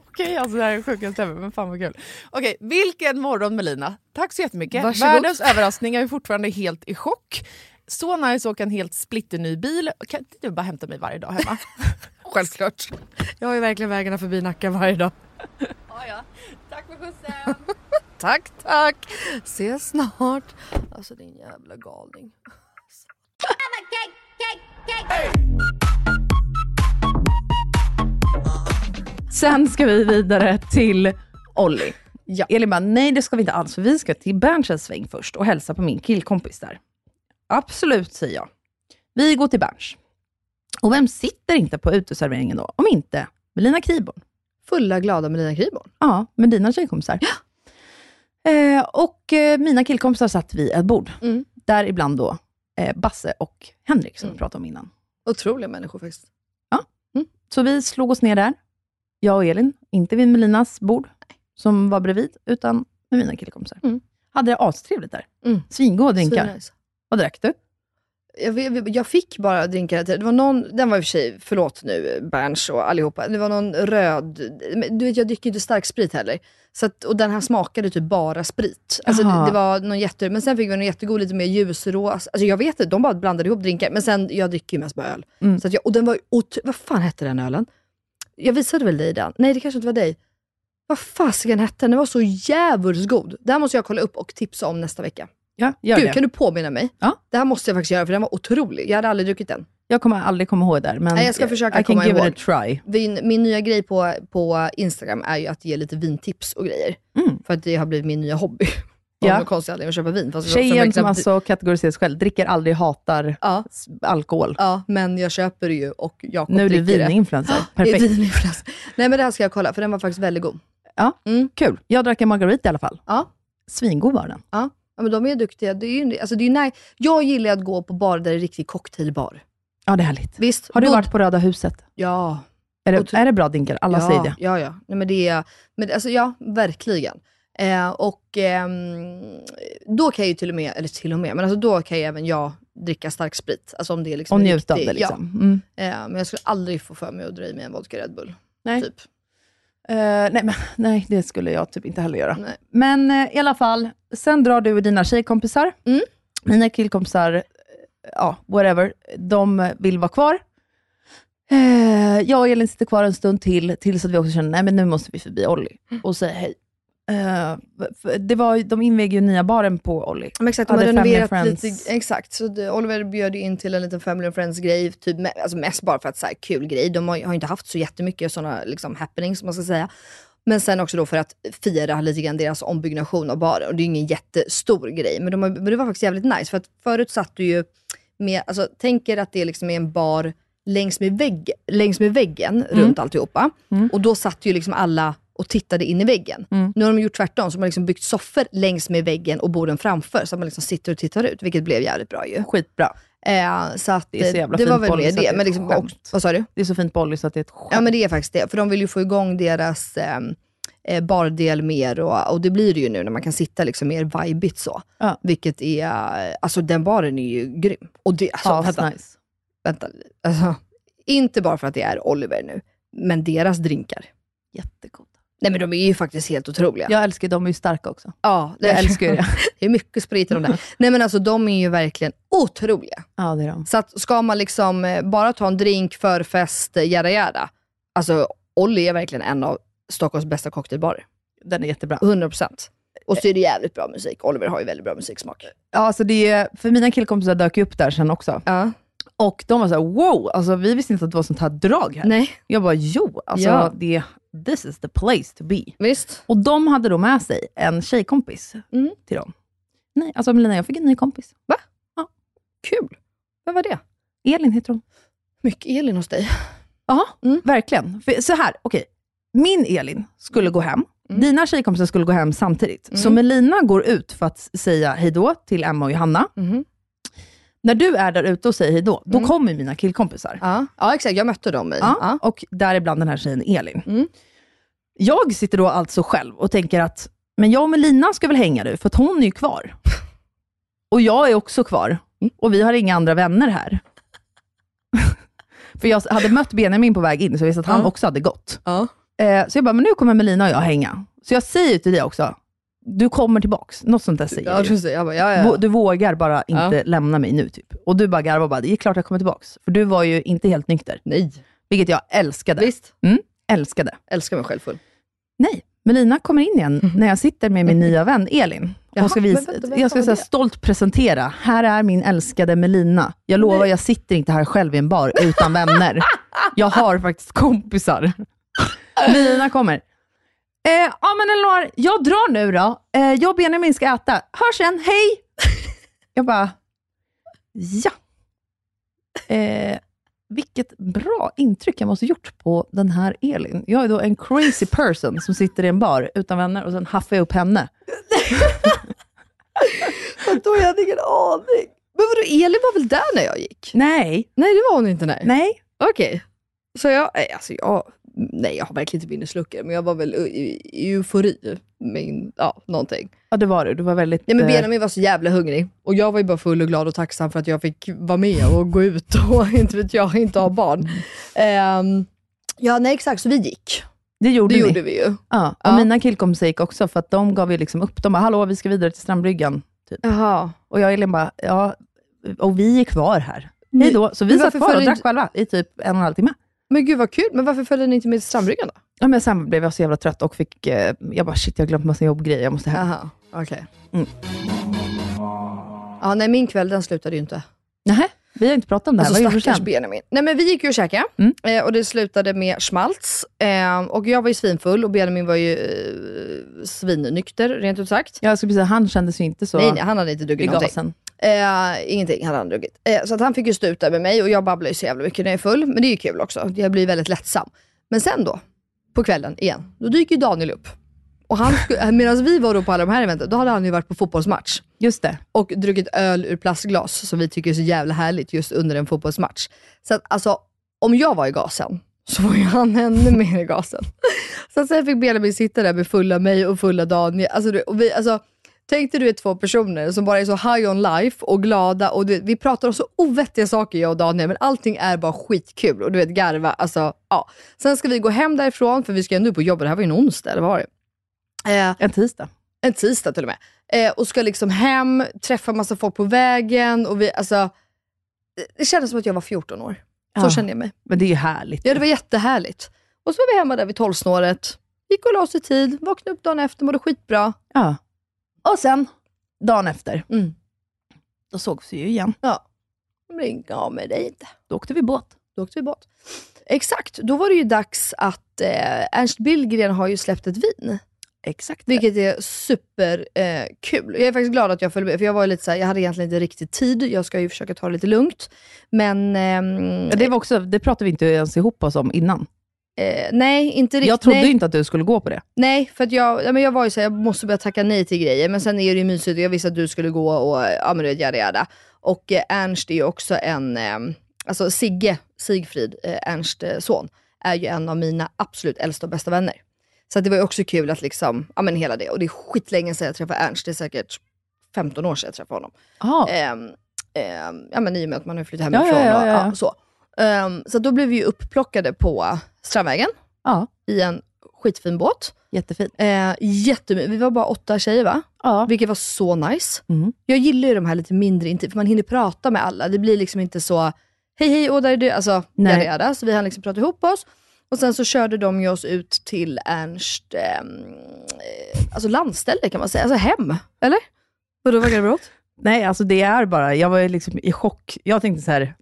Speaker 1: Okej, alltså det här är sjukast ever, men fan vad kul. Okej, vilken morgon Melina. Tack så jättemycket.
Speaker 2: Varsågod.
Speaker 1: Världens överraskning, jag är fortfarande helt i chock. Så nice att åka en helt splitterny bil. Kan inte du bara hämta mig varje dag hemma?
Speaker 2: [LAUGHS] Självklart. Jag har ju verkligen vägarna förbi Nacka varje dag.
Speaker 1: Tack för skjutsen.
Speaker 2: [LAUGHS] Tack, tack. Ses snart. Alltså din jävla galning.
Speaker 1: Sen ska vi vidare till Olli. Ja. Elin bara, nej det ska vi inte alls, för vi ska till Berns sväng först och hälsa på min killkompis där. Absolut, säger jag. Vi går till Berns. Och vem sitter inte på uteserveringen då, om inte Melina Kriborn?
Speaker 2: Fulla glada Melina Kriborn.
Speaker 1: Ja, med dina tjejkompisar. Eh, och eh, mina killkompisar satt vid ett bord.
Speaker 2: Mm.
Speaker 1: Där ibland då eh, Basse och Henrik, som vi pratade om innan.
Speaker 2: Otroliga människor faktiskt.
Speaker 1: Så vi slog oss ner där, jag och Elin. Inte vid Melinas bord, som var bredvid, utan med mina killkompisar.
Speaker 2: Mm.
Speaker 1: Hade det astrevligt där.
Speaker 2: Mm.
Speaker 1: Svingoda drinkar.
Speaker 2: Svinnice.
Speaker 1: Vad drack du?
Speaker 2: Jag, vet- jag fick bara drinkar, det var någon, den var i och för sig, förlåt nu Berns och allihopa, det var någon röd, men du vet jag dricker ju inte stark sprit heller. Så att, och den här smakade typ bara sprit. Alltså
Speaker 1: Jaha.
Speaker 2: det, det var någon jätte, men sen fick vi någon jättegod, lite mer ljusrosa, alltså jag vet inte, de bara blandade ihop drinkar. Men sen, jag dricker ju mest bara öl.
Speaker 1: Mm.
Speaker 2: Så att jag, och den var ju ot- vad fan hette den ölen? Jag visade väl dig den? Nej det kanske inte var dig. Vad fasiken hette den? Den var så djävulskt god. Det här måste jag kolla upp och tipsa om nästa vecka.
Speaker 1: Ja, gör
Speaker 2: Gud,
Speaker 1: det.
Speaker 2: kan du påminna mig?
Speaker 1: Ja.
Speaker 2: Det här måste jag faktiskt göra för den var otrolig. Jag hade aldrig druckit den.
Speaker 1: Jag kommer aldrig komma ihåg där, men
Speaker 2: Nej, jag ska försöka
Speaker 1: I can
Speaker 2: komma
Speaker 1: give
Speaker 2: ihåg.
Speaker 1: it a try.
Speaker 2: Min, min nya grej på, på Instagram är ju att ge lite vintips och grejer.
Speaker 1: Mm.
Speaker 2: För att det har blivit min nya hobby. [LAUGHS] av
Speaker 1: Ja.
Speaker 2: någon konstig anledning att köpa vin. Fast
Speaker 1: Tjejen som
Speaker 2: verkligen-
Speaker 1: alltså kategoriseras själv, dricker aldrig, hatar
Speaker 2: liksom Ja.
Speaker 1: s- alkohol.
Speaker 2: Ja, men jag köper det ju och Jakob
Speaker 1: Nu är du
Speaker 2: dricker det.
Speaker 1: vininfluencer.
Speaker 2: [GASPS] Det är
Speaker 1: Perfekt.
Speaker 2: vininfluencer. Nej men det här ska jag kolla, för den var faktiskt väldigt god.
Speaker 1: Ja,
Speaker 2: Mm.
Speaker 1: Kul. Jag drack en margarita i alla fall.
Speaker 2: Ja.
Speaker 1: Svingod var den.
Speaker 2: Ja. ja, men de är duktiga. Det är ju, alltså, det är ju nej. Jag gillar att gå på bar där det är riktig cocktailbar.
Speaker 1: Ja, det är härligt.
Speaker 2: Visst?
Speaker 1: Har du
Speaker 2: då-
Speaker 1: varit på Röda huset?
Speaker 2: Ja.
Speaker 1: Är
Speaker 2: Och
Speaker 1: det,
Speaker 2: ty-
Speaker 1: är det bra drinkar? Alla
Speaker 2: ja,
Speaker 1: säger det.
Speaker 2: Ja, ja. Nej, men det är, men, alltså, ja, verkligen. Eh, och ehm, då kan jag ju till och med, eller till och med, men alltså, då kan ju även jag dricka stark sprit. Alltså om det är liksom
Speaker 1: Och
Speaker 2: en
Speaker 1: njuta av
Speaker 2: riktig-
Speaker 1: det liksom. Mm.
Speaker 2: Ja, eh, men jag skulle aldrig få för mig att dra i mig en vodka Red Bull.
Speaker 1: Nej.
Speaker 2: Typ.
Speaker 1: Eh, nej, men, nej, det skulle jag typ inte heller göra.
Speaker 2: Nej.
Speaker 1: Men eh, i alla fall, sen drar du och dina tjejkompisar.
Speaker 2: Mm.
Speaker 1: Mina killkompisar, eh, ja, whatever, de vill vara kvar. Eh, jag och Elin sitter kvar en stund till, tills att vi också känner, nej men nu måste vi förbi Olli och säga hej. Eh, för det var, ju- de invigde ju nya baren på Olli.
Speaker 2: Men exakt,
Speaker 1: Ja,
Speaker 2: de har
Speaker 1: det är Family and
Speaker 2: renoverat
Speaker 1: Friends.
Speaker 2: lite. Exakt, så det, Oliver bjöd ju in till en liten Family and Friends-grej, typ, me- alltså mest bara för att så här, kul grej. De har, ju- har ju inte haft så jättemycket sådana liksom, happenings, som man ska säga. Men sen också då för att fira lite grann deras ombyggnation av baren. Och det är ju ingen jättestor grej, men, de har, men det var faktiskt jävligt nice. För att förut satt du ju med, alltså tänk er att det liksom är en bar längs med, vägg, längs med väggen
Speaker 1: Mm.
Speaker 2: runt alltihopa. Och då satt ju liksom alla och tittade in i väggen.
Speaker 1: Mm.
Speaker 2: Nu har de gjort tvärtom, så de har liksom byggt soffor längs med väggen och borden framför, så att man liksom sitter och tittar ut, vilket blev jävligt bra ju.
Speaker 1: Skitbra.
Speaker 2: Eh, så att,
Speaker 1: Mm. Det är så
Speaker 2: eh,
Speaker 1: jävla
Speaker 2: det
Speaker 1: fint
Speaker 2: var väl
Speaker 1: boll,
Speaker 2: mer
Speaker 1: så att
Speaker 2: det.
Speaker 1: det är
Speaker 2: Men
Speaker 1: ett
Speaker 2: liksom, och,
Speaker 1: skämt.
Speaker 2: vad sa du?
Speaker 1: Det är så fint på Olli så att det är ett skämt.
Speaker 2: Ja men det är faktiskt det, för de vill ju få igång deras eh, eh, bardel mer och, och det blir det ju nu när man kan sitta liksom mer vibigt så.
Speaker 1: Ja.
Speaker 2: Vilket är, eh, alltså den baren är ju grym. Och det, alltså,
Speaker 1: Ja,
Speaker 2: vänta,
Speaker 1: nice.
Speaker 2: vänta, alltså, inte bara för att det är Oliver nu, men deras drinkar.
Speaker 1: Jättegoda.
Speaker 2: Nej men de är ju faktiskt helt otroliga.
Speaker 1: Jag älskar dem, de är ju starka också.
Speaker 2: Ja, det,
Speaker 1: Jag älskar ju det.
Speaker 2: [LAUGHS] det är mycket sprit i de där. Nej men alltså de är ju verkligen otroliga.
Speaker 1: Ja, det är de.
Speaker 2: Så att ska man liksom eh, bara ta en drink, förfest, eh, jada jada. Alltså Olli är verkligen en av Stockholms bästa cocktailbarer.
Speaker 1: Den är jättebra.
Speaker 2: 100%. Och så är det jävligt bra musik. Oliver har ju väldigt bra musiksmak.
Speaker 1: Ja, alltså det är, för mina killkompisar dök ju upp där sen också.
Speaker 2: Ja.
Speaker 1: Och de var såhär, wow, alltså, vi visste inte att det var sånt här drag här.
Speaker 2: Nej.
Speaker 1: Jag bara, jo, alltså,
Speaker 2: Ja.
Speaker 1: det, this is the place to be.
Speaker 2: Visst?
Speaker 1: Och de hade då med sig en tjejkompis
Speaker 2: Mm.
Speaker 1: till dem. Nej, alltså Melina, jag fick en ny kompis. Va?
Speaker 2: Kul. Vem var det?
Speaker 1: Elin heter hon.
Speaker 2: Mycket Elin hos dig.
Speaker 1: Ja,
Speaker 2: Mm.
Speaker 1: verkligen. För, så här, okej. Min Elin skulle gå hem.
Speaker 2: Mm.
Speaker 1: Dina tjejkompisar skulle gå hem samtidigt. Så Melina går ut för att säga hejdå till Emma och Johanna.
Speaker 2: Mhm.
Speaker 1: När du är där ute och säger hejdå,
Speaker 2: Mm.
Speaker 1: då kommer mina killkompisar.
Speaker 2: Ja. ja, exakt. Jag mötte dem i.
Speaker 1: Ja,
Speaker 2: Ja.
Speaker 1: Och däribland den här tjejen Elin.
Speaker 2: Mm.
Speaker 1: Jag sitter då alltså själv och tänker att, men jag och Melina ska väl hänga nu, för att hon är
Speaker 2: [LAUGHS]
Speaker 1: ju kvar. Och jag är också kvar.
Speaker 2: Mm.
Speaker 1: Och vi har inga andra vänner här. [LAUGHS] för jag hade mött Benjamin på väg in, så jag visste att han
Speaker 2: Ja.
Speaker 1: också hade gått.
Speaker 2: Ja.
Speaker 1: Eh, så jag bara, men nu kommer Melina och jag hänga. Så jag säger ju till dig också, du kommer tillbaks. Något sånt där säger
Speaker 2: Ja,
Speaker 1: jag ju.
Speaker 2: precis. Jag bara, ja, ja,
Speaker 1: Vå-
Speaker 2: ja.
Speaker 1: Du vågar bara
Speaker 2: Ja.
Speaker 1: inte lämna mig nu, typ. Och du bara garvar och bara, det är klart jag kommer tillbaks. För du var ju inte helt nykter.
Speaker 2: Nej.
Speaker 1: Vilket jag älskade. Mm,
Speaker 2: Visst?
Speaker 1: Älskade.
Speaker 2: Älskar mig själv full.
Speaker 1: Nej, Melina kommer in igen när jag sitter med min nya vän Elin.
Speaker 2: Mhm. Jaha,
Speaker 1: Jag ska,
Speaker 2: men
Speaker 1: visa,
Speaker 2: vänta, vem
Speaker 1: jag ska
Speaker 2: var
Speaker 1: så här
Speaker 2: det?
Speaker 1: stolt presentera. Här är min älskade Melina. Jag lovar, jag sitter inte här själv i en bar utan vänner.
Speaker 2: [LAUGHS]
Speaker 1: Jag har faktiskt kompisar. Melina kommer. Eh, ja men Elinor, jag drar nu då. Eh, jag och Benjamin ska äta. Hörs sen, hej! Jag bara, ja. Eh, vilket bra intryck jag måste ha gjort på den här Elin. Jag är då en crazy person som sitter i en bar utan vänner och sen haffar jag upp henne.
Speaker 2: Då jag hade ingen aning. Men vadå, Elin var väl där när jag gick?
Speaker 1: Nej.
Speaker 2: Nej, det var hon inte. Nej.
Speaker 1: Nej.
Speaker 2: Okej. Så jag, nej, alltså jag, nej jag har verkligen inte minnesluckor, men jag var väl i, i eufori. Min, ja, någonting.
Speaker 1: Ja, det var du. Du var väldigt...
Speaker 2: Nej men
Speaker 1: eh,
Speaker 2: Benjamin var så jävla hungrig. Och jag var ju bara full och glad och tacksam för att jag fick vara med och gå ut och [LAUGHS] inte vet jag, inte ha barn. Ehm, ja, nej exakt, så vi gick.
Speaker 1: det gjorde
Speaker 2: Det
Speaker 1: ni.
Speaker 2: gjorde vi ju.
Speaker 1: Ja. Och
Speaker 2: Ja.
Speaker 1: mina killkompisar gick också, för att de gav ju liksom upp. De bara, hallå, vi ska vidare till strandbryggan.
Speaker 2: Jaha.
Speaker 1: Och jag och Elin bara, ja, och vi är kvar här. Hej då. Så vi
Speaker 2: Men
Speaker 1: satt
Speaker 2: varför
Speaker 1: kvar och
Speaker 2: följer
Speaker 1: drack
Speaker 2: inte-
Speaker 1: själva i typ en och en halv timme.
Speaker 2: Men gud vad kul, men varför följde ni inte med till strandbryggan då?
Speaker 1: Ja, men sen blev jag så jävla trött och fick, eh, jag bara, shit, jag har glömt massa jobbgrejer. Jag måste hem.
Speaker 2: Jaha, okej.
Speaker 1: Mm.
Speaker 2: Ja, nej min kväll den slutade ju inte.
Speaker 1: Nähä. Vi har inte pratat om det här,
Speaker 2: Alltså
Speaker 1: vad gjorde du
Speaker 2: stackars
Speaker 1: sen?
Speaker 2: Benjamin. Nej men vi gick ju och käkade
Speaker 1: Mm.
Speaker 2: eh, och det slutade med schmaltz. Eh, och jag var ju svinfull och Benjamin var ju eh, svinnykter rent ut sagt.
Speaker 1: Ja, jag skulle precis säga, han kändes ju inte så
Speaker 2: Nej, nej, han hade inte
Speaker 1: i
Speaker 2: druckit någonting.
Speaker 1: gasen.
Speaker 2: Eh, ingenting hade han druckit. Eh, så att han fick ju stå ut där med mig och jag babblar ju så jävla mycket när jag är full. Men det är ju kul också. Jag blir väldigt lättsam. Men sen då, på kvällen igen, då dyker ju Daniel upp. Och han skulle- [LAUGHS] medan vi var då på alla de här eventen, då hade han ju varit på fotbollsmatch
Speaker 1: Just det.
Speaker 2: och druckit öl ur plastglas som vi tycker är så jävla härligt just under en fotbollsmatch. Så att alltså, om jag var i gasen så var ju han ännu mer i gasen. Så att [LAUGHS] sen fick Benjamin sitta där med fulla mig och fulla Daniel. Alltså, du, och vi, alltså, tänk dig du är två personer som bara är så high on life och glada och du, vet, vi pratar om så ovettiga saker jag och Daniel, men allting är bara skitkul och du vet garva. Alltså, ja. Sen ska vi gå hem därifrån, för vi ska ju ändå på jobbet, det här var ju en onsdag, eller vad var det? Eh,
Speaker 1: En tisdag.
Speaker 2: en tisdag till och med. Eh, och ska liksom hem, träffa massa folk på vägen. Och vi, alltså, det- det kändes som att jag var 14 år. Så
Speaker 1: Ja.
Speaker 2: kände jag mig.
Speaker 1: Men det är ju härligt.
Speaker 2: Ja, det var jättehärligt. Och så var vi hemma där vid tolvsnåret. Gick och la oss i tid, vaknade upp dagen efter, mådde skitbra.
Speaker 1: Ja. Och sen, dagen efter,
Speaker 2: Mm.
Speaker 1: då sågs vi ju igen.
Speaker 2: Ja. Men gav mig dig inte.
Speaker 1: Då åkte vi båt.
Speaker 2: Då åkte vi båt. Exakt, då var det ju dags att eh, Ernst Billgren har ju släppt ett vin.
Speaker 1: Exakt.
Speaker 2: Vilket är superkul. Eh, kul. jag är faktiskt glad att jag följde med, för jag var ju lite så här, jag hade egentligen inte riktigt tid. Jag ska ju försöka ta det lite lugnt. Men... ehm,
Speaker 1: Ja, det, var också, det pratade vi inte ens ihop oss om innan.
Speaker 2: Eh, nej, inte riktigt.
Speaker 1: Jag trodde
Speaker 2: nej,
Speaker 1: inte att du skulle gå på det.
Speaker 2: nej, för att jag, ja, men jag var ju såhär, jag måste börja tacka nej till grejer. Men sen är det ju mysigt och jag visste att du skulle gå och ja men du vet, yada yada. Och eh, Ernst är ju också en, eh, alltså Sigge, Sigfrid, eh, Ernst eh, son, är ju en av mina absolut äldsta och bästa vänner. Så att det var ju också kul att liksom, ja men hela det. Och det är skitlänge sedan jag träffade Ernst, det är säkert 15 år sedan jag träffade honom.
Speaker 1: Ja.
Speaker 2: Ehm, ehm, ja, men i och med att man har flyttat
Speaker 1: Ja,
Speaker 2: hemifrån.
Speaker 1: ja, ja,
Speaker 2: och,
Speaker 1: ja, ja.
Speaker 2: så Ehm, så att då blev vi ju upplockade på Strandvägen
Speaker 1: ja.
Speaker 2: i en skitfin båt.
Speaker 1: Jättefint.
Speaker 2: Eh, jättemy- vi var bara åtta tjejer va?
Speaker 1: Ja.
Speaker 2: Vilket var så nice.
Speaker 1: Mm.
Speaker 2: Jag gillar ju de här lite mindre intim, för man hinner prata med alla. Det blir liksom inte så, hej hej, åh där är du, alltså
Speaker 1: Nej.
Speaker 2: yada yada. Så vi hann liksom prata ihop oss. Och sen så körde de ju oss ut till Ernst, ehm, eh, alltså landställe kan man säga, alltså hem. Eller? Vadå, vad kan det vara åt?
Speaker 1: Nej, alltså det är bara, jag var ju liksom i chock. Jag tänkte så här,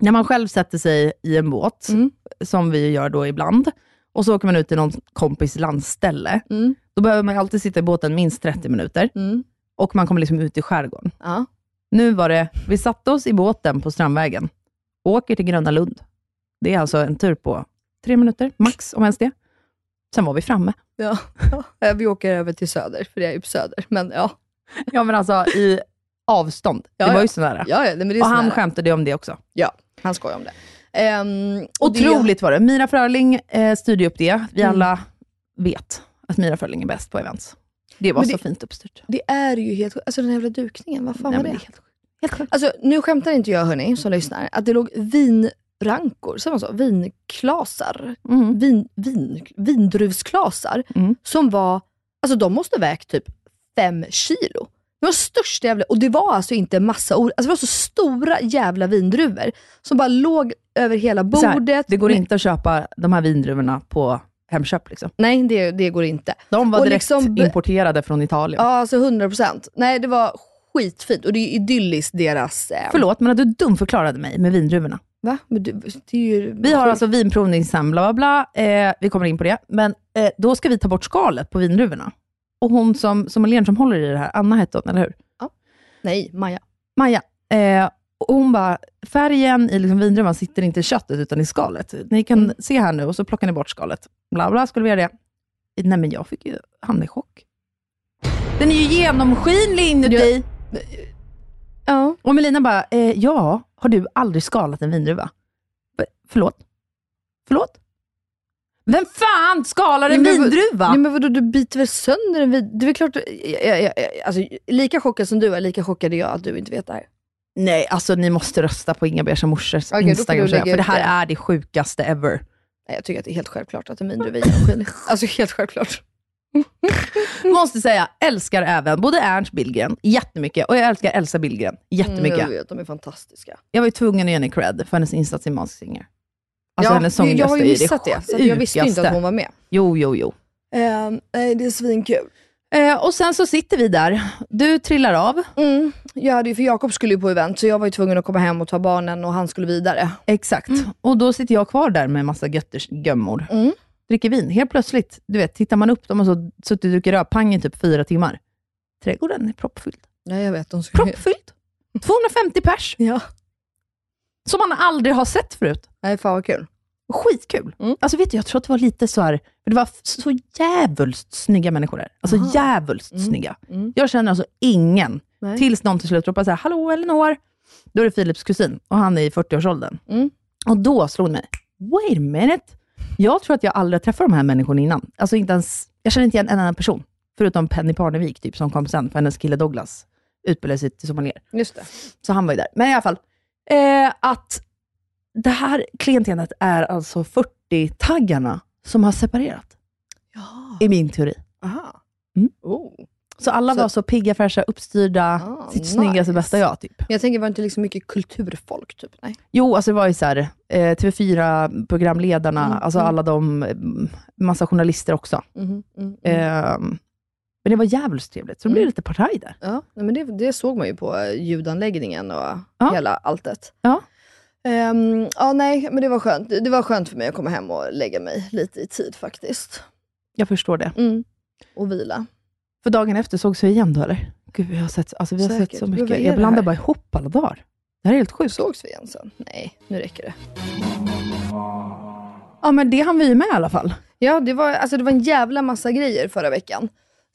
Speaker 1: när man själv sätter sig i en båt,
Speaker 2: Mm.
Speaker 1: som vi gör då ibland, och så åker man ut till någon kompis landställe,
Speaker 2: Mm.
Speaker 1: då behöver man ju alltid sitta i båten minst 30 minuter
Speaker 2: Mm.
Speaker 1: och man kommer liksom ut i skärgården.
Speaker 2: Ja.
Speaker 1: Nu var det, vi satte oss i båten på Strandvägen, åker till Gröna Lund. Det är alltså en tur på tre minuter, max, om ens det. Sen var vi framme.
Speaker 2: [LAUGHS] Ja. ja, Eh, vi åker över till söder, för det är ju på söder. Men ja,
Speaker 1: Ja, men alltså i avstånd.
Speaker 2: Ja,
Speaker 1: det var
Speaker 2: ja.
Speaker 1: ju så nära.
Speaker 2: ja, ja nej, men det är
Speaker 1: och
Speaker 2: så
Speaker 1: han
Speaker 2: nära.
Speaker 1: skämtade ju om det också.
Speaker 2: Ja, han skojar om det. Ehm, och det- Mm.
Speaker 1: Otroligt var det. Mira Fröling eh, styrde ju upp det. Vi alla vet att Mira Fröling är bäst på events. Det var
Speaker 2: Men
Speaker 1: så
Speaker 2: det-
Speaker 1: fint uppstyrt.
Speaker 2: Det är ju helt Alltså den här jävla dukningen, vad fan
Speaker 1: Nej,
Speaker 2: var
Speaker 1: men
Speaker 2: det?
Speaker 1: det är helt sjukt. Helt sjukt.
Speaker 2: Alltså nu skämtar inte jag hörni, som lyssnar, att det låg vinrankor, så man så, vinklasar,
Speaker 1: Mm.
Speaker 2: vin, vin, vindruvsklasar,
Speaker 1: Mm.
Speaker 2: som var, alltså de måste vägt typ fem kilo. Det var största jävla, och det var alltså inte massa ord, alltså det var så stora jävla vindruvor som bara låg över hela
Speaker 1: Så här,
Speaker 2: bordet.
Speaker 1: det går
Speaker 2: Nej,
Speaker 1: inte att köpa de här vindruvorna på Hemköp. Liksom.
Speaker 2: Nej, det, det går inte.
Speaker 1: De var
Speaker 2: Och
Speaker 1: direkt
Speaker 2: liksom-
Speaker 1: importerade från Italien.
Speaker 2: Ja, alltså 100%. Nej, det var skitfint och det är idylliskt deras... Eh,
Speaker 1: Förlåt, men att du dumförklarade mig med vindruvorna.
Speaker 2: Va? Men det, det är ju...
Speaker 1: Vi har alltså vinprovning sen, bla bla bla. Eh, vi kommer in på det. Men eh, då ska vi ta bort skalet på vindruvorna. Och hon som, sommelieren som håller i det här, Anna hette hon, eller hur?
Speaker 2: Nej, Maja.
Speaker 1: Maja, eh, och hon bara, färgen i liksom vindruvan sitter inte i köttet, utan i skalet. Ni kan
Speaker 2: Mm.
Speaker 1: se här nu, och så plockar ni bort skalet. Bla bla, skulle vi göra det? Nej men jag fick ju hamna i chock. Den är ju genomskinlig inuti.
Speaker 2: Ja.
Speaker 1: Och Melina bara, eh, ja, har du aldrig skalat en vindruva? F- förlåt? Förlåt? Vem fan skalar en
Speaker 2: Nej, men-
Speaker 1: vindruva?
Speaker 2: Nej men vadå, du biter väl sönder en vindruva? Det är väl klart, jag, jag, jag, alltså, lika chockad som du är, lika chockad är jag att du inte vet det här.
Speaker 1: Nej, alltså ni måste rösta på Inga Beige morsors
Speaker 2: Okej, då får du
Speaker 1: Instagram,
Speaker 2: lägga
Speaker 1: för det
Speaker 2: ut det.
Speaker 1: här är det sjukaste ever.
Speaker 2: Nej, Jag tycker att det är helt självklart att en vindruva är genomskinlig. [LAUGHS] Alltså helt självklart.
Speaker 1: Måste säga, älskar även både Ernst Billgren jättemycket och jag älskar Elsa Billgren jättemycket.
Speaker 2: Mm, jag vet, de är fantastiska.
Speaker 1: Jag var ju tvungen att ge henne cred för hennes insats i Masked Singer. Alltså hennes
Speaker 2: jag,
Speaker 1: sångröst
Speaker 2: jag har ju
Speaker 1: är
Speaker 2: missat det, så att jag visste ju inte
Speaker 1: sjukaste.
Speaker 2: att hon var med.
Speaker 1: Jo, jo, jo.
Speaker 2: Eh, Ehm, nej, det är svinkul.
Speaker 1: Eh, och sen så sitter vi där. Du trillar av.
Speaker 2: Mm. jag hade ju, för Jakob skulle ju på event, så jag var ju tvungen att komma hem och ta barnen och han skulle vidare.
Speaker 1: Exakt. Mm. Och då sitter jag kvar där med massa götters gömmor.
Speaker 2: Mm.
Speaker 1: Dricker vin. Helt plötsligt, du vet, tittar man upp, de har så, suttit och druckit rödpang i typ fyra timmar. Trädgården är proppfylld.
Speaker 2: Nej, jag vet. De skulle...
Speaker 1: Proppfylld! 250 pers!
Speaker 2: Ja.
Speaker 1: Som man aldrig har sett förut.
Speaker 2: Nej, fan vad kul.
Speaker 1: Skitkul!
Speaker 2: Mm.
Speaker 1: Alltså vet du, jag tror att det var lite så här, för det var f- så jävulst snygga människor där. Alltså
Speaker 2: Aha.
Speaker 1: jävulst
Speaker 2: Mm.
Speaker 1: snygga.
Speaker 2: Mm.
Speaker 1: Jag känner alltså ingen,
Speaker 2: Nej.
Speaker 1: tills någon till slut ropar så här, hallå Elinor! Då är det Philips kusin och han är i 40-årsåldern.
Speaker 2: Mm.
Speaker 1: Och då slog det mig, wait a minute! Jag tror att jag aldrig har träffat de här människorna innan. Alltså inte ens, jag känner inte igen en annan person, förutom Penny Parnevik typ, som kom sen, för hennes kille Douglas utbildade sig till sommelier.
Speaker 2: Just det.
Speaker 1: Så han var ju där. Men i alla fall, eh, att det här klientelet är alltså 40-taggarna som har separerat,
Speaker 2: Ja.
Speaker 1: i min teori.
Speaker 2: Aha.
Speaker 1: Mm.
Speaker 2: Oh.
Speaker 1: Så alla
Speaker 2: Så-
Speaker 1: var så pigga, fräscha, uppstyrda,
Speaker 2: Ah,
Speaker 1: sitt snyggaste
Speaker 2: nice.
Speaker 1: bästa jag, typ.
Speaker 2: Men jag tänker, var det inte liksom mycket kulturfolk? Typ? Nej.
Speaker 1: Jo, alltså det var ju så här, eh, TV4-programledarna,
Speaker 2: Mm,
Speaker 1: alltså
Speaker 2: mm.
Speaker 1: alla de, mm, massa journalister också.
Speaker 2: Mhm, mm, mm.
Speaker 1: Ehm, men det var jävligt trevligt, så det blev
Speaker 2: Mm.
Speaker 1: lite partaj där.
Speaker 2: Ja, nej, men det, det såg man ju på eh, ljudanläggningen och
Speaker 1: Ja.
Speaker 2: hela alltet.
Speaker 1: Ja.
Speaker 2: Ehm, ja, nej, men det var skönt. Det var skönt för mig att komma hem och lägga mig lite i tid faktiskt.
Speaker 1: Jag förstår det.
Speaker 2: Mm. Och vila.
Speaker 1: För dagen efter sågs vi igen då, eller? Gud, vi har sett, alltså, vi har sett
Speaker 2: Säkert.
Speaker 1: så
Speaker 2: Men vad
Speaker 1: mycket.
Speaker 2: är
Speaker 1: Jag
Speaker 2: det
Speaker 1: blandar
Speaker 2: här?
Speaker 1: bara ihop alla dagar. Det här är helt sjukt.
Speaker 2: Sågs vi igen sen? Nej, nu räcker det.
Speaker 1: Ja, men det hann vi ju med i alla fall.
Speaker 2: Ja, det var, alltså, det var en jävla massa grejer förra veckan.